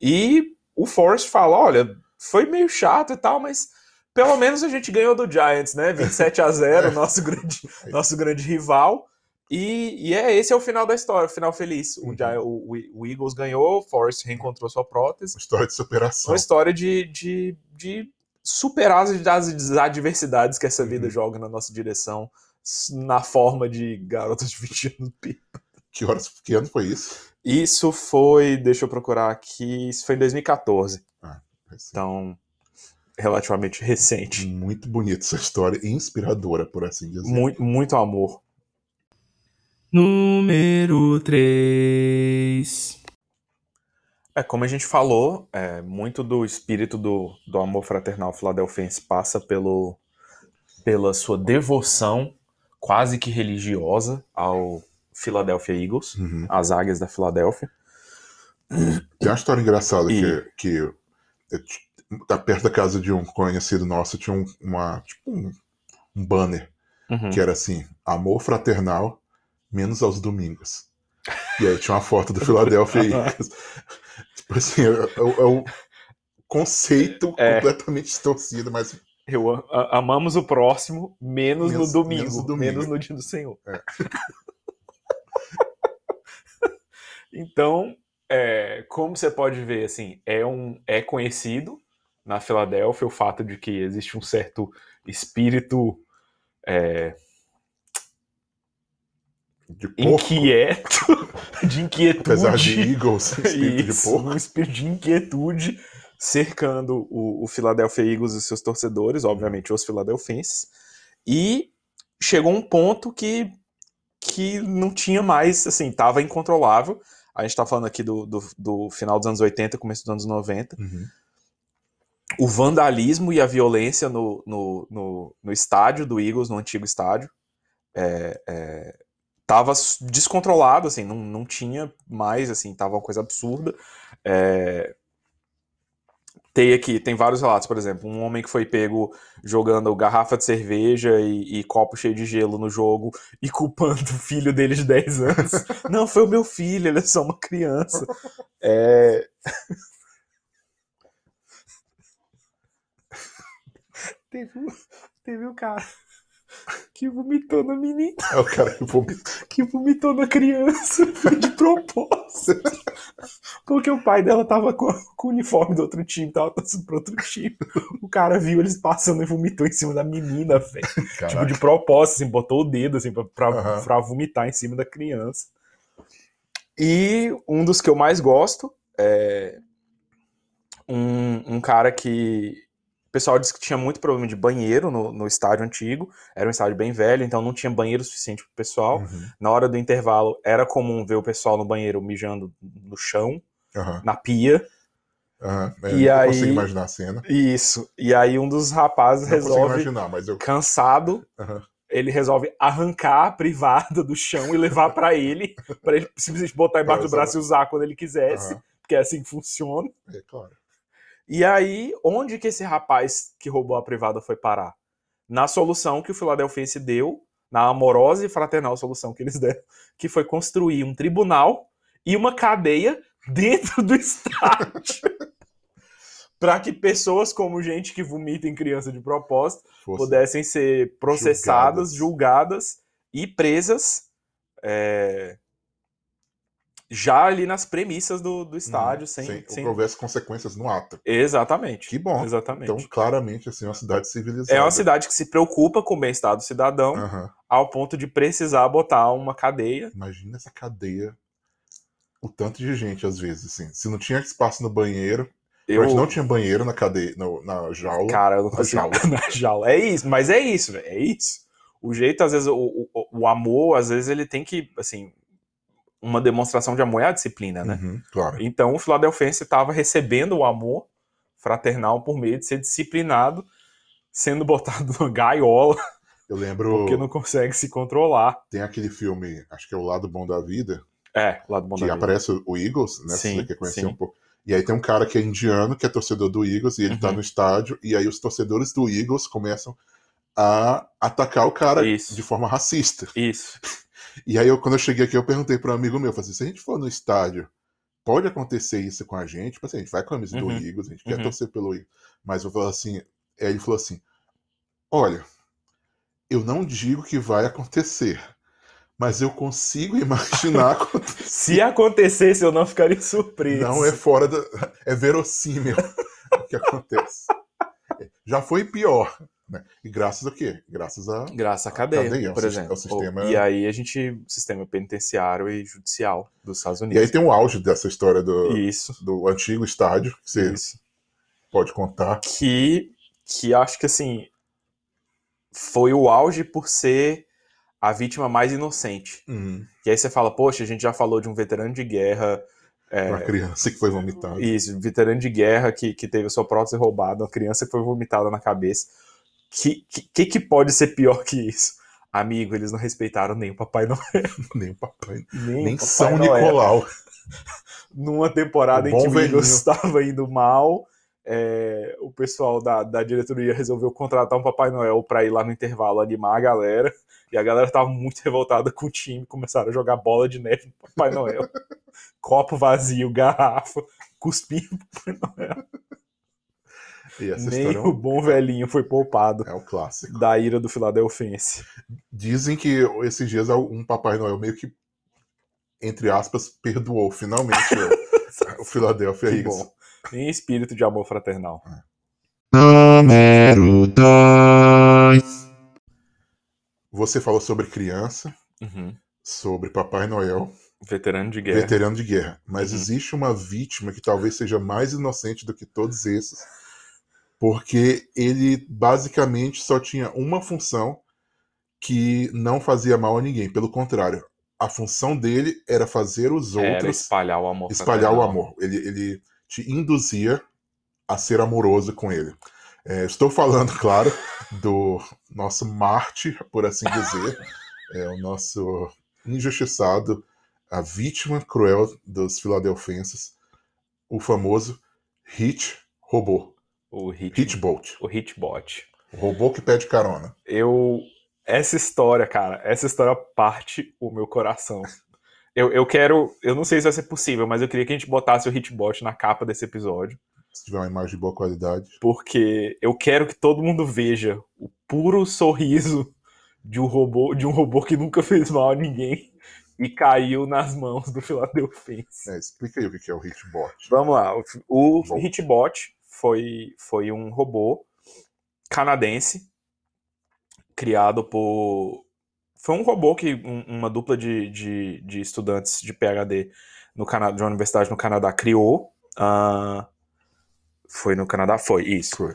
E o Forrest fala: olha, foi meio chato e tal, mas pelo menos a gente ganhou do Giants, né? 27 a É. 0 nosso grande, nosso grande rival. E, e é esse é o final da história, o final feliz. O, Uhum. Gi- o- o- o Eagles ganhou, o Forrest reencontrou sua prótese. História de superação. É Uma história de, de, de superar as, as adversidades que essa vida Uhum. joga na nossa direção s- na forma de garotas de 20 anos. pi. Que horas, que ano foi isso? Isso foi, deixa eu procurar aqui, isso foi em 2014, então relativamente recente. Muito bonita essa história, inspiradora, por assim dizer. Muito, muito amor. Número 3. É, como a gente falou, é, muito do espírito do, do amor fraternal filadelfense passa pelo, pela sua devoção quase que religiosa ao Philadelphia Eagles. Uhum. as águias da Filadélfia. Tem uma história engraçada E- que, que eu t- tá perto da casa de um conhecido nosso, tinha um, uma, tipo um, um banner Uhum. que era assim, amor fraternal, menos aos domingos. E aí tinha uma foto do Philadelphia Eagles. tipo assim, é, o- é o conceito É. completamente distorcido, mas Eu a- a- amamos o próximo, menos, Menos- no domingo, menos no menos no, domingo. dia do Senhor. É. então, é, como você pode ver, assim, é um é conhecido na Filadélfia o fato de que existe um certo espírito de porco, inquieto, de inquietude. apesar de Eagles, espírito de Isso, porco. Um espírito de inquietude cercando o, o Philadelphia Eagles e seus torcedores, obviamente os filadelfenses. E chegou um ponto que, que não tinha mais, assim, tava incontrolável. A gente tá falando aqui do, do, do final dos anos 80, começo dos anos 90. Uhum. O vandalismo e a violência no, no, no, no estádio do Eagles, no antigo estádio, é, é, tava s- descontrolado, assim, não, não tinha mais, assim, tava uma coisa absurda. É, Tem aqui, tem vários relatos, por exemplo, um homem que foi pego jogando garrafa de cerveja e, e copo cheio de gelo no jogo e culpando o filho dele de 10 anos. não, foi o meu filho, ele é só uma criança. É... teve, um- teve um cara que vomitou na menina É o cara que vomita. que vomitou na criança foi de propósito. Porque o pai dela tava com, com o uniforme do outro time, tava torcendo pro outro time. O cara viu eles passando e vomitou em cima da menina, velho. Tipo, de propósito, assim, botou o dedo, assim, pra, pra, Aham. pra vomitar em cima da criança. E um dos que eu mais gosto é um, um cara que. O pessoal disse que tinha muito problema de banheiro no, no estádio antigo. Era um estádio bem velho, então não tinha banheiro suficiente pro pessoal. Uhum. Na hora do intervalo, era comum ver o pessoal no banheiro mijando no chão, Aham, na pia. aham. É, E eu aí- consigo imaginar a cena. Isso. E aí um dos rapazes Não consigo resolve, imaginar, mas eu. cansado, Aham. ele resolve arrancar a privada do chão e levar pra ele, pra ele simplesmente botar embaixo Pra do braço e usar quando ele quisesse, Aham. porque é assim que funciona. É claro. E aí, onde que esse rapaz que roubou a privada foi parar? Na solução que o Filadelfense deu, na amorosa e fraternal solução que eles deram, que foi construir um tribunal e uma cadeia dentro do estádio. Para que pessoas como gente que vomita em criança de propósito Fosse- pudessem ser processadas, julgadas, e presas é, já ali nas premissas do, do estádio, Uhum. sem, Uhum. sem, que sem- houvesse consequências no ato. Exatamente. Que bom. Exatamente. Então, claramente, assim, é uma cidade civilizada. é uma cidade que se preocupa com o bem-estar do cidadão Aham. ao ponto de precisar botar uma cadeia. Imagina essa cadeia. O tanto de gente, às vezes, assim. Se não tinha espaço no banheiro. Eu... Eu, Mas não tinha banheiro na cadeia, no- na jaula. cara, eu não Na consigo. jaula. Na jaula. É isso, mas é isso, velho. É isso. O jeito, às vezes, o, o, o amor, às vezes, ele tem que, assim, uma demonstração de amor é a disciplina, né? Uhum, claro. Então o Filadelfense estava recebendo o amor fraternal por meio de ser disciplinado, sendo botado numa gaiola, Eu lembro. porque não consegue se controlar. Tem aquele filme, acho que é O Lado Bom da Vida, É, lado bom que da vida. aparece o Eagles, né? se Sim, você quer conhecer sim. um pouco. E aí tem um cara que é indiano, que é torcedor do Eagles, e ele tá Uhum. no estádio, e aí os torcedores do Eagles começam a atacar o cara Isso. de forma racista. Isso. E aí, eu, quando eu cheguei aqui, eu perguntei para um amigo meu, eu falei assim, se a gente for no estádio, pode acontecer isso com a gente? Tipo assim, a gente vai com a camisa do Uhum. Eagles, a gente quer Uhum. torcer pelo Eagles. Mas eu falo assim, aí ele falou assim, olha, eu não digo que vai acontecer, mas eu consigo imaginar acontecer. Se acontecesse, eu não ficaria surpreso. Não é fora da. É verossímil o que acontece. É, Já foi pior. Né? E graças a quê? Graças a. Graças à cadeia, Cadeia, é o por sis- é exemplo. o sistema- E aí a gente. Sistema penitenciário e judicial dos Estados E aí tipo, Unidos. tem o auge dessa história do, Isso. do antigo estádio, que você Isso. pode contar. que, que acho que assim foi o auge por ser a vítima mais inocente. E aí você fala, poxa, a gente já falou de um veterano de guerra, é, Uma criança que foi vomitada. isso, veterano de guerra que, que teve a sua prótese roubada, uma criança que foi vomitada na cabeça. Que, que, que que pode ser pior que isso? Amigo, eles não respeitaram nem o Papai Noel, Nem o papai. nem, Nem o Papai São Noel. Nicolau. numa temporada O em que bom o Eagles velhinho. estava indo mal, é, o pessoal da, da diretoria resolveu contratar um Papai Noel para ir lá no intervalo animar a galera. E a galera tava muito revoltada com o time, começaram a jogar bola de neve no Papai Noel. Copo vazio, garrafa, cuspindo. E essa Nem história é o um- bom velhinho foi poupado é o clássico. da ira do Philadelphiense. Dizem que esses dias um Papai Noel meio que, entre aspas, perdoou finalmente o, o Philadelphia Que Eagles. bom. Nem espírito de amor fraternal. Número 2. Você falou sobre criança, sobre Papai Noel, Uhum. Veterano de guerra. veterano de guerra. Mas Uhum. existe uma vítima que talvez seja mais inocente do que todos esses, porque ele basicamente só tinha uma função que não fazia mal a ninguém. Pelo contrário, a função dele era fazer os Era outros espalhar o amor espalhar o fraternal. amor. Ele, ele te induzia a ser amoroso com ele. É, estou falando, claro, do nosso Marte, por assim dizer, é, o nosso injustiçado, a vítima cruel dos filadelfenses, o famoso Hit Robô, O hit, Hit Bolt, o hitbot. o robô que pede carona. eu. Essa história, cara, essa história parte o meu coração. Eu, eu quero. Eu não sei se vai ser possível, mas eu queria que a gente botasse o Hitbot na capa desse episódio. Se tiver uma imagem de boa qualidade, Porque eu quero que todo mundo veja o puro sorriso de um robô, de um robô que nunca fez mal a ninguém e caiu nas mãos do Philadelphia. é, explica aí o que que é o Hit Bolt. Vamos lá. o- O Bom. Hitbot foi, foi um robô canadense criado por. Foi um robô que um- uma dupla de, de, de estudantes de PhD no Canadá, de uma universidade no Canadá criou. Ah, foi no Canadá? Foi, isso. Foi.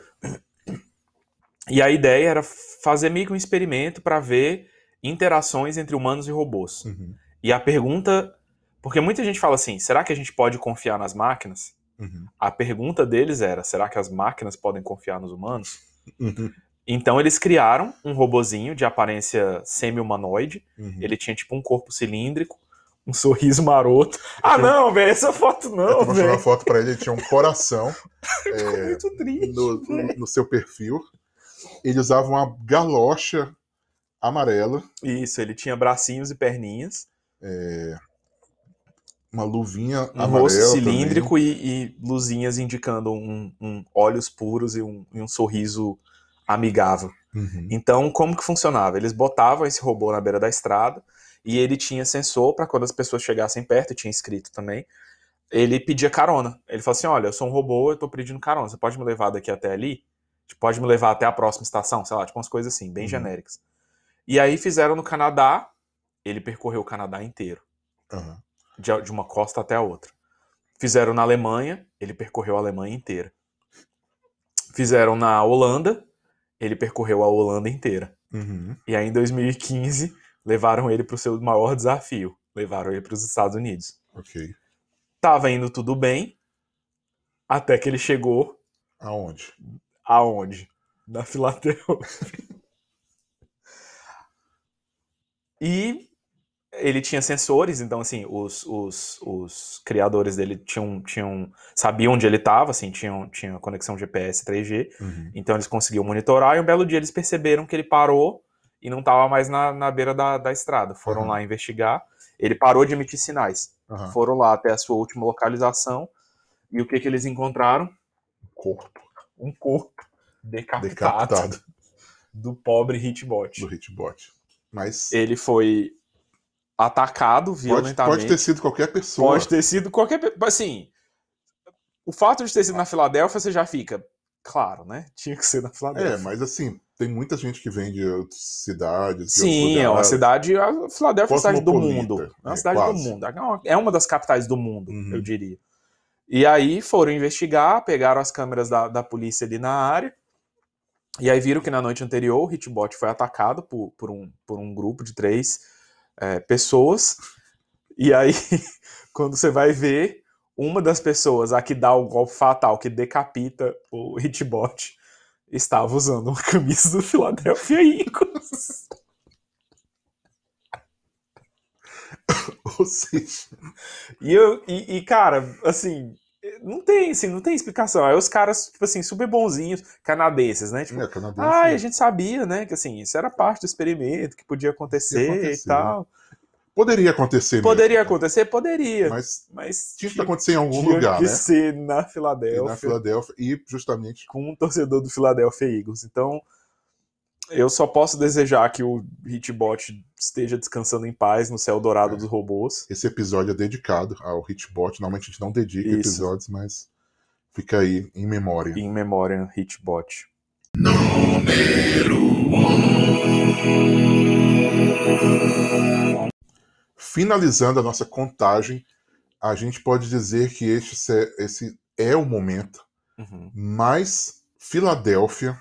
E a ideia era fazer meio que um experimento para ver interações entre humanos e robôs. Uhum, E a pergunta. Porque muita gente fala assim: será que a gente pode confiar nas máquinas? uhum, A pergunta deles era: será que as máquinas podem confiar nos humanos? uhum. Então eles criaram um robozinho de aparência semi-humanoide. Uhum. Ele tinha tipo um corpo cilíndrico, um sorriso maroto. Ah, não, velho, essa foto Eu não, tô mostrando velho. uma foto pra ele, ele tinha um coração Ficou é, muito triste. no, no seu perfil. Ele usava uma galocha amarela, Isso, ele tinha bracinhos e perninhas, uma luvinha um amarela. rosto também. cilíndrico e, e luzinhas indicando um, um- olhos puros e um, e um sorriso amigável. Uhum. Então, como que funcionava? Eles botavam esse robô na beira da estrada e ele tinha sensor para quando as pessoas chegassem perto, e tinha escrito também. Ele pedia carona. Ele falou assim: Olha, eu sou um robô, eu tô pedindo carona. Você pode me levar daqui até ali? Tipo, Pode me levar até a próxima estação? Sei lá, tipo umas coisas assim, bem Uhum. genéricas. E aí fizeram no Canadá, ele percorreu o Canadá inteiro Aham. de, de uma costa até a outra. Fizeram na Alemanha, ele percorreu a Alemanha inteira. Fizeram na Holanda, ele percorreu a Holanda inteira. Uhum. E aí em 2015 levaram ele para o seu maior desafio, levaram ele para os Estados Unidos. Ok. Tava indo tudo bem, até que ele chegou Aonde? aonde? Na Filadélfia. e ele tinha sensores, então assim, os, os, os criadores dele tinham, tinham sabiam onde ele estava, assim, tinham, tinha conexão GPS 3G, Uhum. então eles conseguiam monitorar e um belo dia eles perceberam que ele parou e não estava mais na, na beira da, da estrada. Foram Uhum. lá investigar, ele parou de emitir sinais. Aham. Foram lá até a sua última localização e o que que eles encontraram? Corpo um corpo decapitado, decapitado do pobre Hitbot. do hitbot. Mas Ele foi atacado pode, violentamente. pode ter sido qualquer pessoa. Pode ter sido qualquer. pe- Assim, o fato de ter sido na Filadélfia, você já fica. Claro, né? Tinha que ser na Filadélfia. É, mas assim, tem muita gente que vem de outras cidades. de outros Sim, é uma lugares. cidade. A Filadélfia é uma cidade do Cosmopolita, mundo. É né? uma cidade Quase. do mundo. É uma- É uma das capitais do mundo, Uhum. eu diria. E aí foram investigar, pegaram as câmeras da, da polícia ali na área. E aí viram que na noite anterior o Hitbot foi atacado por, por, um, por um grupo de três é, pessoas. E aí, quando você vai ver, uma das pessoas a que dá o golpe fatal, que decapita o Hitbot, estava usando uma camisa do Philadelphia Eagles. Ou seja, E, eu, e, e, cara, assim, não tem, assim, não tem explicação. Aí os caras, tipo assim, super bonzinhos, canadenses, né? Tipo, é, canadense, ai, né? a gente sabia, né? Que assim, isso era parte do experimento, que podia acontecer, e acontecer, tal. poderia acontecer. mesmo, Poderia né? acontecer? Poderia. Mas, Mas tinha que acontecer em algum tinha lugar, que né? ser na E Filadélfia, na Filadélfia e justamente com um torcedor do Philadelphia Eagles. Então, eu só posso desejar que o Hitbot esteja descansando em paz no céu dourado É. dos robôs. esse episódio é dedicado ao Hitbot. Normalmente a gente não dedica Isso. episódios, mas fica aí em memória. Em memória, Hitbot. Finalizando a nossa contagem, a gente pode dizer que este se- esse é o momento Uhum. mais Filadélfia,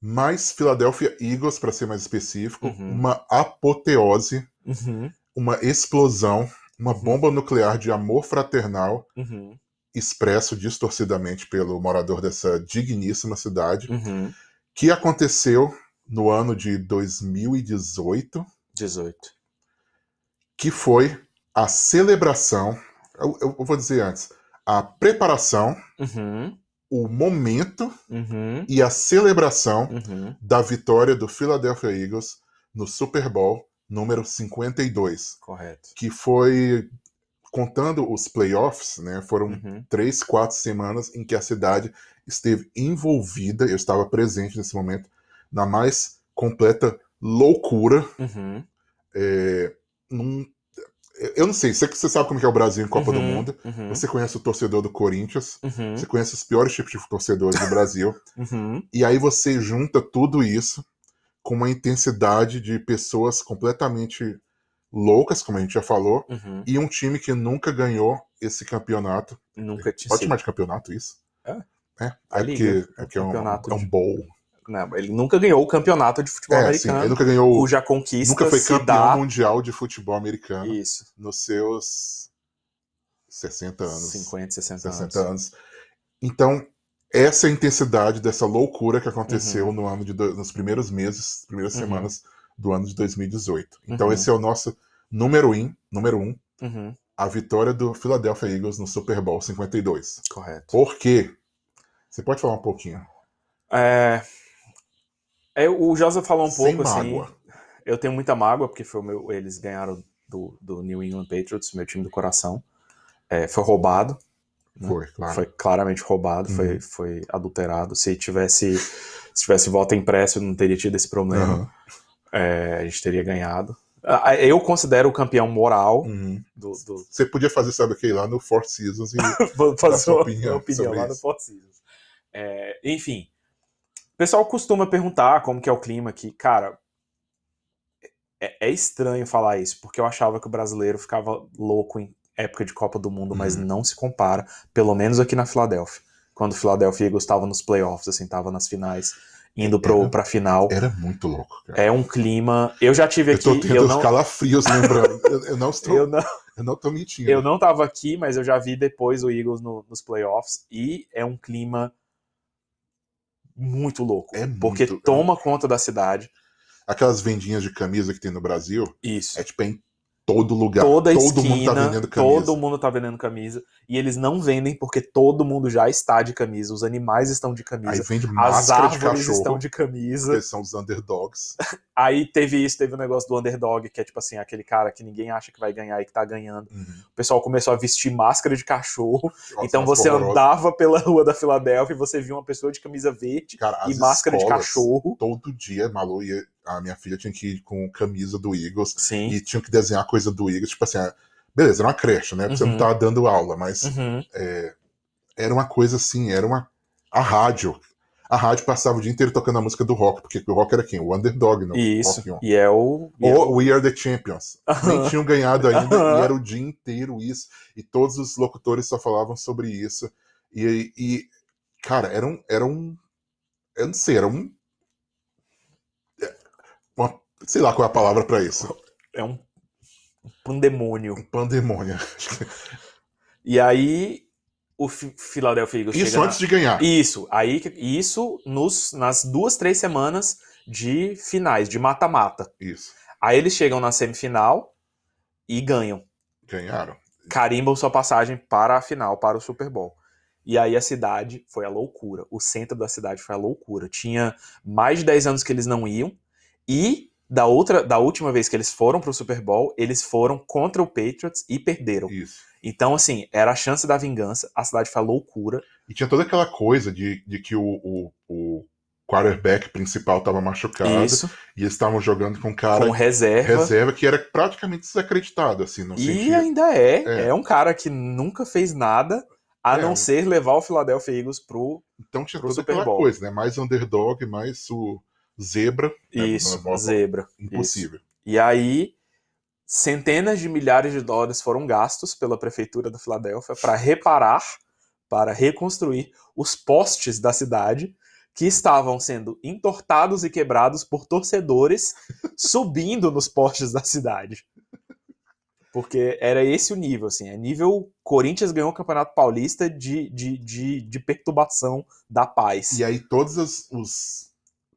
mais Philadelphia Eagles, para ser mais específico, Uhum. uma apoteose, Uhum. uma explosão, uma bomba nuclear de amor fraternal, Uhum. expresso distorcidamente pelo morador dessa digníssima cidade, Uhum. que aconteceu no ano de 2018, 18. que foi a celebração, eu, eu vou dizer antes, a preparação, Uhum. o momento Uhum. e a celebração Uhum. da vitória do Philadelphia Eagles no Super Bowl número 52, Correto. que foi contando os playoffs, né? Foram Uhum. três, quatro semanas em que a cidade esteve envolvida, eu estava presente nesse momento, na mais completa loucura. Uhum. é, num- eu não sei, você, você sabe como que é o Brasil em Copa do Uhum. Mundo. Uhum. Você conhece o torcedor do Corinthians, Uhum. você conhece os piores tipos de torcedores do Brasil. Uhum. E aí você junta tudo isso com uma intensidade de pessoas completamente loucas, como a gente já falou, Uhum. e um time que nunca ganhou esse campeonato. Nunca te Pode chamar de campeonato isso? É. É, é A porque, liga. é porque é um, Campeonato é um de- bowl. Não, ele nunca ganhou o campeonato de futebol É, sim, americano, ele nunca ganhou, cuja conquista nunca foi se campeão dá... mundial de futebol americano Isso. nos seus 60 anos, 50, 60 anos. 60 anos. Então, essa intensidade dessa loucura que aconteceu no ano de do- nos primeiros meses, primeiras Uhum. semanas do ano de 2018. Então Uhum. esse é o nosso número um, número um, Uhum, a vitória do Philadelphia Eagles no Super Bowl 52. correto. Por quê? Você pode falar um pouquinho? É, é, o Josa falou um Sem pouco assim. mágoa. Eu tenho muita mágoa, porque foi o meu, eles ganharam do, do New England Patriots, meu time do coração. É, foi roubado, né? Foi, claro. Uhum. foi claramente roubado, foi, foi adulterado. Se tivesse, se tivesse voto impresso, eu não teria tido esse problema. Aham. É, a gente teria ganhado. Ah, Eu considero o campeão moral Uhum. do. do- Você podia fazer, sabe o que, lá no Four Seasons e Vou Dá fazer sua uma opinião opinião, opinião sobre lá no isso. Four Seasons. É, enfim, o pessoal costuma perguntar como que é o clima aqui. Cara, é, é estranho falar isso, porque eu achava que o brasileiro ficava louco em época de Copa do Mundo, mas Uhum. não se compara, pelo menos aqui na Filadélfia. Quando o Philadelphia Eagles estava nos playoffs, assim, tava nas finais, indo pro, Era- pra final. era muito louco, cara. É um clima... Eu já tive Eu aqui... tô tendo eu os não- calafrios lembrando. eu, eu não estou, eu eu... não, não tô mentindo. Eu não tava aqui, mas eu já vi depois o Eagles no- nos playoffs e é um clima muito louco. É porque muito, é toma conta da cidade. Aquelas vendinhas de camisa que tem no Brasil, Isso. é tipo em todo lugar. Toda todo esquina, mundo tá vendendo camisa. todo mundo tá vendendo camisa. E eles não vendem porque todo mundo já está de camisa. Os animais estão de Aí camisa. vende As máscara de árvores cachorro, estão de camisa. que são os underdogs. Aí teve isso, teve o negócio do underdog, que é tipo assim, aquele cara que ninguém acha que vai ganhar e que tá ganhando. Uhum. O pessoal começou a vestir máscara de cachorro. Então Nossa, você horrorosa. andava pela rua da Filadélfia e você via uma pessoa de camisa verde Cara, e as máscara de escolas, cachorro. Todo dia, Malu, ia, a minha filha tinha que ir com camisa do Eagles Sim. e tinha que desenhar a coisa do Eagles. Tipo assim, ah, beleza, era uma creche, né? Você não Uhum. tava dando aula, mas Uhum. era uma coisa assim, era uma. A rádio. A rádio passava o dia inteiro tocando a música do rock, porque o rock era quem? O underdog, não? E isso. Rock on. E é o. e é o- Ou We Are the Champions. Nem tinham ganhado ainda, Aham. e era o dia inteiro isso. E todos os locutores só falavam sobre isso. E, e cara, era um, era um. Eu não sei, era um. é, uma- sei lá qual é a palavra pra isso. É um pandemônio. Um pandemônio. Acho que- E aí o Fi- Philadelphia Eagles Isso chega antes de ganhar. na... Isso. Aí que- isso nos nas duas três semanas de finais de mata-mata. Isso. Aí eles chegam na semifinal e ganham. Ganharam. carimbam sua passagem para a final, para o Super Bowl. E aí a cidade foi a loucura. O centro da cidade foi a loucura. Tinha mais de 10 anos que eles não iam. E da outra, da última vez que eles foram para o Super Bowl, eles foram contra o Patriots e perderam. Isso. Então, assim, era a chance da vingança. A cidade foi a loucura. E tinha toda aquela coisa de, de que o, o, o quarterback principal tava machucado Isso, e eles estavam jogando com um cara com reserva. reserva que era praticamente desacreditado, assim, no E sentido. ainda é, É. é. um cara que nunca fez nada a É, não um- ser levar o Philadelphia Eagles pro Então tinha pro toda Super aquela Bowl. coisa, né? Mais underdog, mais o zebra. né? isso, Uma- uma- zebra. Impossível. E aí, centenas de milhares de dólares foram gastos pela prefeitura da Filadélfia para reparar, para reconstruir os postes da cidade que estavam sendo entortados e quebrados por torcedores subindo nos postes da cidade. Porque era esse o nível, assim. É nível Corinthians ganhou o Campeonato Paulista de, de, de, de perturbação da paz. E aí todas as, os,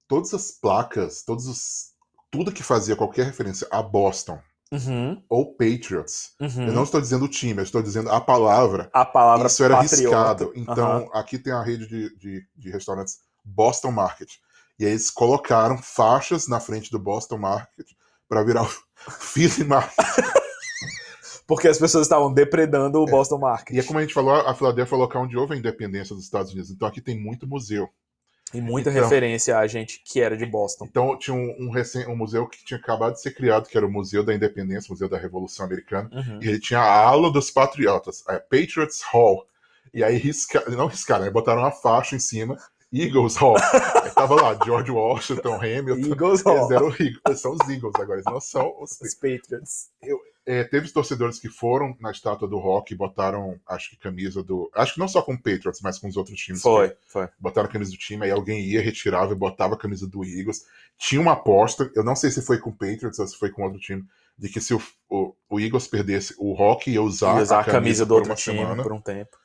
todas as placas, todos os. Tudo que fazia qualquer referência a Boston Uhum, ou Patriots. uhum. Eu não estou dizendo o time, eu estou dizendo a palavra. A palavra Isso era patriota. arriscado. Então, aqui tem a rede de, de, de restaurantes Boston Market. E aí eles colocaram faixas na frente do Boston Market para virar o Philly Market. Porque as pessoas estavam depredando o Boston Market. E é como a gente falou, a Filadélfia é o local onde houve a independência dos Estados Unidos. Então aqui tem muito museu. E muita Então- referência a gente que era de Boston. Então tinha um, um recém- um museu que tinha acabado de ser criado, que era o Museu da Independência, Museu da Revolução Americana. Uhum. E ele tinha a ala dos patriotas, a Patriots Hall. E aí riscaram, não riscaram, né? botaram uma faixa em cima, Eagles Hall. aí tava lá, George Washington, Hamilton, Eagles, Eles ó, eram Eagles, eles são os Eagles agora, eles não são os os Patriots. é, Teve os torcedores que foram na estátua do rock e botaram, acho que camisa do. Acho que não só com o Patriots, mas com os outros times. Foi, foi. Botaram a camisa do time, aí alguém ia, retirava e botava a camisa do Eagles. Tinha uma aposta, eu não sei se foi com o Patriots ou se foi com outro time, de que se o, o, o Eagles perdesse, o rock ia usar, E usar a camisa por do outro uma time semana. por um tempo.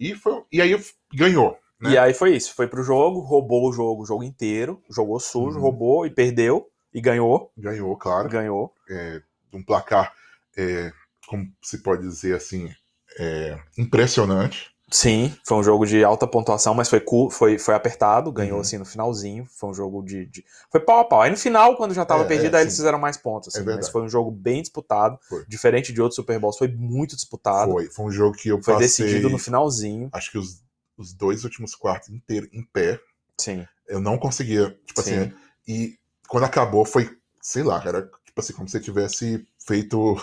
E, foi, e aí ganhou. né? E aí foi isso, foi pro jogo, roubou o jogo, o jogo inteiro, jogou sujo, Uhum. roubou e perdeu, e ganhou, Ganhou, claro. ganhou. é, um placar, é, como se pode dizer assim, é, impressionante. Sim, foi um jogo de alta pontuação, mas foi, cu- foi, foi apertado, ganhou Uhum. assim no finalzinho, foi um jogo de, de- Foi pau a pau. Aí no final, quando já tava É, perdido, é, aí eles sim. fizeram mais pontos. É Assim, mas verdade. foi um jogo bem disputado, Foi. diferente de outros Super Bowls, foi muito disputado. Foi, foi um jogo que eu Foi passei, decidido no finalzinho. acho que os, os dois últimos quartos inteiros em pé. Sim. Eu não conseguia, tipo Sim. assim, e quando acabou foi, sei lá, era tipo assim, como se eu tivesse feito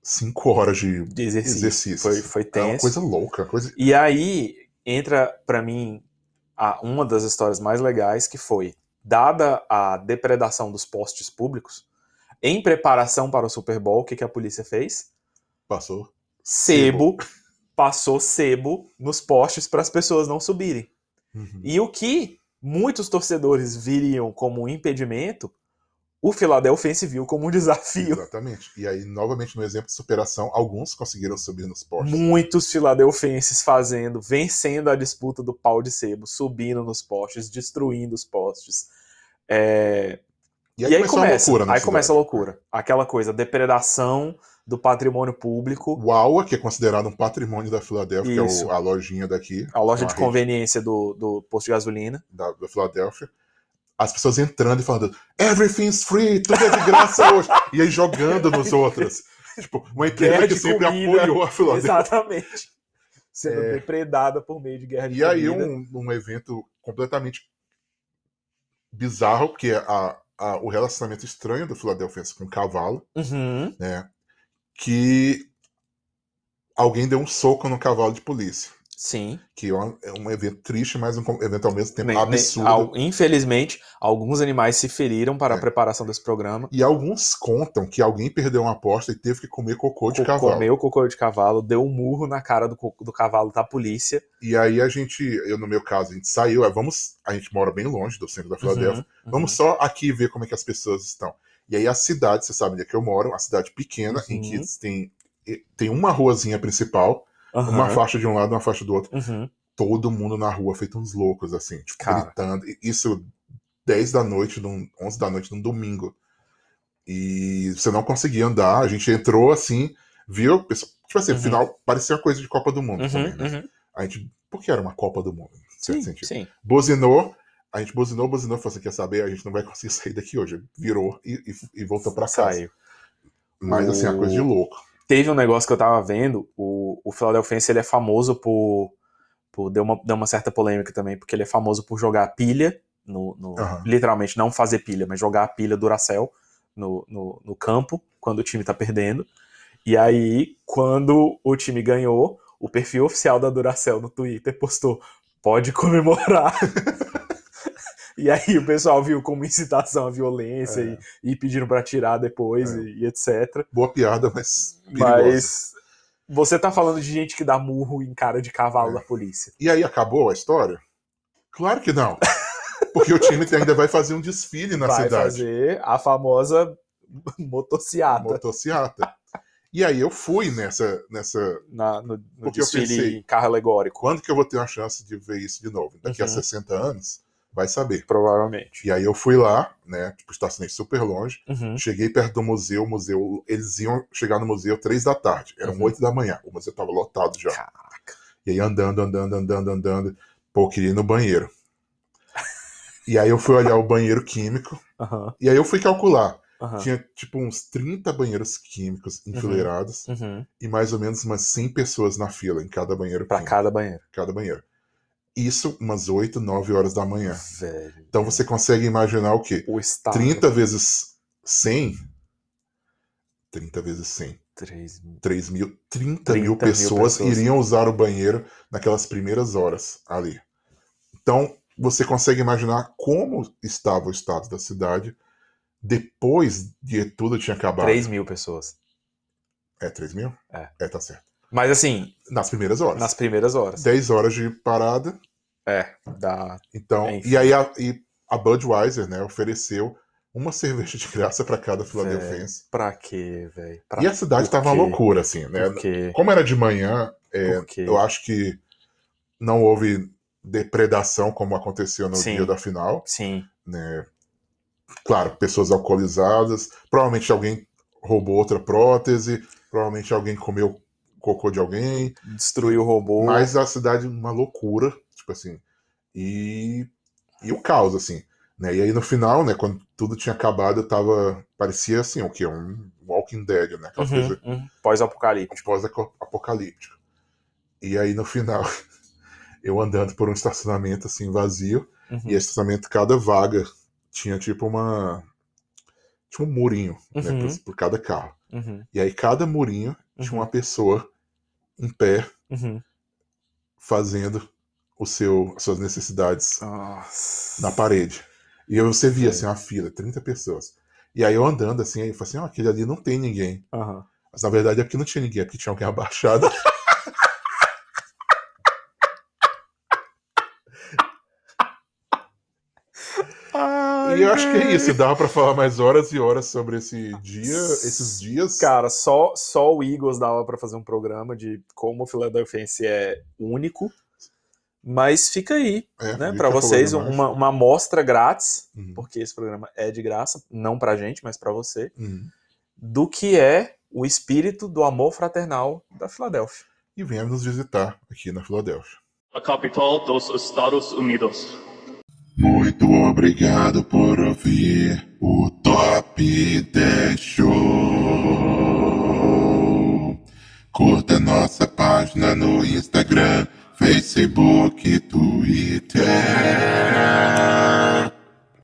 cinco horas de De exercício. exercício. Foi, foi é uma tenso. coisa louca, uma coisa... E aí entra pra mim a- uma das histórias mais legais que foi dada a depredação dos postes públicos em preparação para o Super Bowl, o que, que a polícia fez? Passou. Sebo passou sebo nos postes para as pessoas não subirem. Uhum. E o que muitos torcedores viriam como um impedimento, o Philadelphia Eagles viu como um desafio. Exatamente. E aí, novamente, no exemplo de superação, alguns conseguiram subir nos postes. Muitos filadelfenses fazendo, vencendo a disputa do pau de sebo, subindo nos postes, destruindo os postes. É, E aí, começou a loucura, né, na aí cidade. começa a loucura. Aquela coisa, depredação do patrimônio público, O Aua, que é considerado um patrimônio da Filadélfia, que é o- Isso. a lojinha daqui, a loja Uma de rede. conveniência do, do posto de gasolina. da, da Filadélfia. As pessoas entrando e falando, everything's free, tudo é de graça hoje. E aí jogando nos outros. Tipo, uma empresa Guerra que de sempre comida. apoiou a Filadélfia. Exatamente. Sendo É. depredada por meio de guerra de E aí comida. um, um evento completamente bizarro, porque a, a- o relacionamento estranho do Philadelphia com o cavalo, Uhum. né? Que alguém deu um soco no cavalo de polícia. Sim. Que é um, é um evento triste, mas um co- evento ao mesmo tempo Nem- nem- absurdo. al- infelizmente, alguns animais se feriram para É. a preparação desse programa. E alguns contam que alguém perdeu uma aposta e teve que comer cocô de Co- cavalo. Comeu o cocô de cavalo, deu um murro na cara do, co- do cavalo da polícia. E aí a gente, eu no meu caso, a gente saiu, é, vamos, a gente mora bem longe do centro da Filadélfia, Uhum, vamos só aqui ver como é que as pessoas estão. E aí a cidade, você sabe onde é que eu moro, uma cidade pequena em Uhum. que tem tem uma ruazinha principal, uhum, uma uhum, faixa de um lado, uma faixa do outro, uhum. todo mundo na rua feito uns loucos assim, tipo Cara. gritando. E Isso 10 da noite, num, 11 da noite num domingo. E você não conseguia andar, a gente entrou assim, viu? Pessoal- Tipo assim, Uhum. final parecia uma coisa de Copa do Mundo também, né? Uhum, uhum. A gente. Porque era uma Copa do Mundo, em certo Sim, sentido. sim. Buzinou, a gente buzinou, buzinou, falou assim: quer saber? A gente não vai conseguir sair daqui hoje. Virou e, e, e voltou pra casa. Saiu. Mas assim, é uma coisa de louco. Teve um negócio que eu tava vendo, o, o Philadelphiense ele é famoso por, por deu, uma, deu uma certa polêmica também, porque ele é famoso por jogar pilha, no, no- Aham. literalmente não fazer pilha, mas jogar a pilha Duracell no, no, no campo, quando o time tá perdendo. E aí, quando o time ganhou, o perfil oficial da Duracell no Twitter postou, pode comemorar. e aí o pessoal viu como incitação à violência É. e, e pediram pra tirar depois É. e- e etc. Boa piada, mas perigosa. Mas você tá falando de gente que dá murro em cara de cavalo É. da polícia. E aí acabou a história? Claro que não. Porque o time ainda vai fazer um desfile na Vai cidade. fazer a famosa motociata Motociata. E aí eu fui nessa, nessa. na- no, no Porque eu desfile pensei- em carro alegórico, Quando que eu vou ter uma chance de ver isso de novo? Daqui a Uhum. 60 anos, vai saber. provavelmente. E aí eu fui lá, né? Tipo, estacionei super longe. Uhum. Cheguei perto do museu, o museu. Eles iam chegar no museu três da tarde. Eram Uhum. oito da manhã. O museu tava lotado já. Caraca. E aí andando, andando, andando, andando. Pô, eu queria ir no banheiro. E aí eu fui olhar o banheiro químico. Aham, E aí eu fui calcular. aham. Tinha tipo uns 30 banheiros químicos enfileirados Uhum. e mais ou menos umas 100 pessoas na fila em cada banheiro Pra químico, cada banheiro. cada banheiro. Isso umas 8, 9 horas da manhã. Velho. Então você consegue imaginar o quê? O estado. 30 vezes 100? 30 vezes 100. 3 3 mil, 30, 30 mil mil pessoas, pessoas. iriam usar o banheiro naquelas primeiras horas ali. Então, você consegue imaginar como estava o estado da cidade depois de tudo tinha acabado. mil pessoas. É 3 mil? É. tá certo. Mas assim, Nas primeiras horas. nas primeiras horas. É, 10 horas de parada. Da... Então, Enfim. e aí a, e a Budweiser, né, ofereceu uma cerveja de graça para cada filadelfense. Pra quê, velho? É, Pra E a cidade por tava uma quê? loucura, assim, né? Por quê? Como era de manhã, é, Por quê? Eu acho que não houve depredação como aconteceu no Sim. dia da final. Sim. né? Claro, pessoas alcoolizadas, provavelmente alguém roubou outra prótese, provavelmente alguém comeu cocô de alguém, Destruiu o robô. mas a cidade uma loucura, tipo assim. E e o caos assim, né? E aí no final, né, quando tudo tinha acabado, eu tava parecia assim, o quê? Um Walking Dead, né? Aquela coisa Uhum, uhum. Pós-apocalipse. pós-apocalíptico. E aí no final, eu andando por um estacionamento assim vazio, Uhum. e esse estacionamento, cada vaga tinha tipo uma. Tinha um murinho, né? Uhum. Por, por cada carro. Uhum, E aí cada murinho tinha Uhum. uma pessoa em pé uhum. fazendo o seu, as suas necessidades Nossa. na parede. E eu- você via assim uma fila, 30 pessoas. E aí eu andando assim, aí eu falei assim, ó, aquele ali não tem ninguém. Aham. Mas na verdade aqui não tinha ninguém, aqui tinha alguém abaixado. e eu acho que é isso, dava pra falar mais horas e horas sobre esse dia, esses dias. Cara, só, só o Eagles dava pra fazer um programa de como o Philadelphia Fence é único. Mas fica aí, É, né, fica para vocês falando mais. uma, uma amostra grátis, Uhum, porque esse programa é de graça, não pra gente, mas pra você, uhum. do que é o espírito do amor fraternal da Filadélfia. E venha nos visitar aqui na Filadélfia. a capital dos Estados Unidos. Muito obrigado por ouvir o Top 10 Show. Curta nossa página no Instagram, Facebook, Twitter.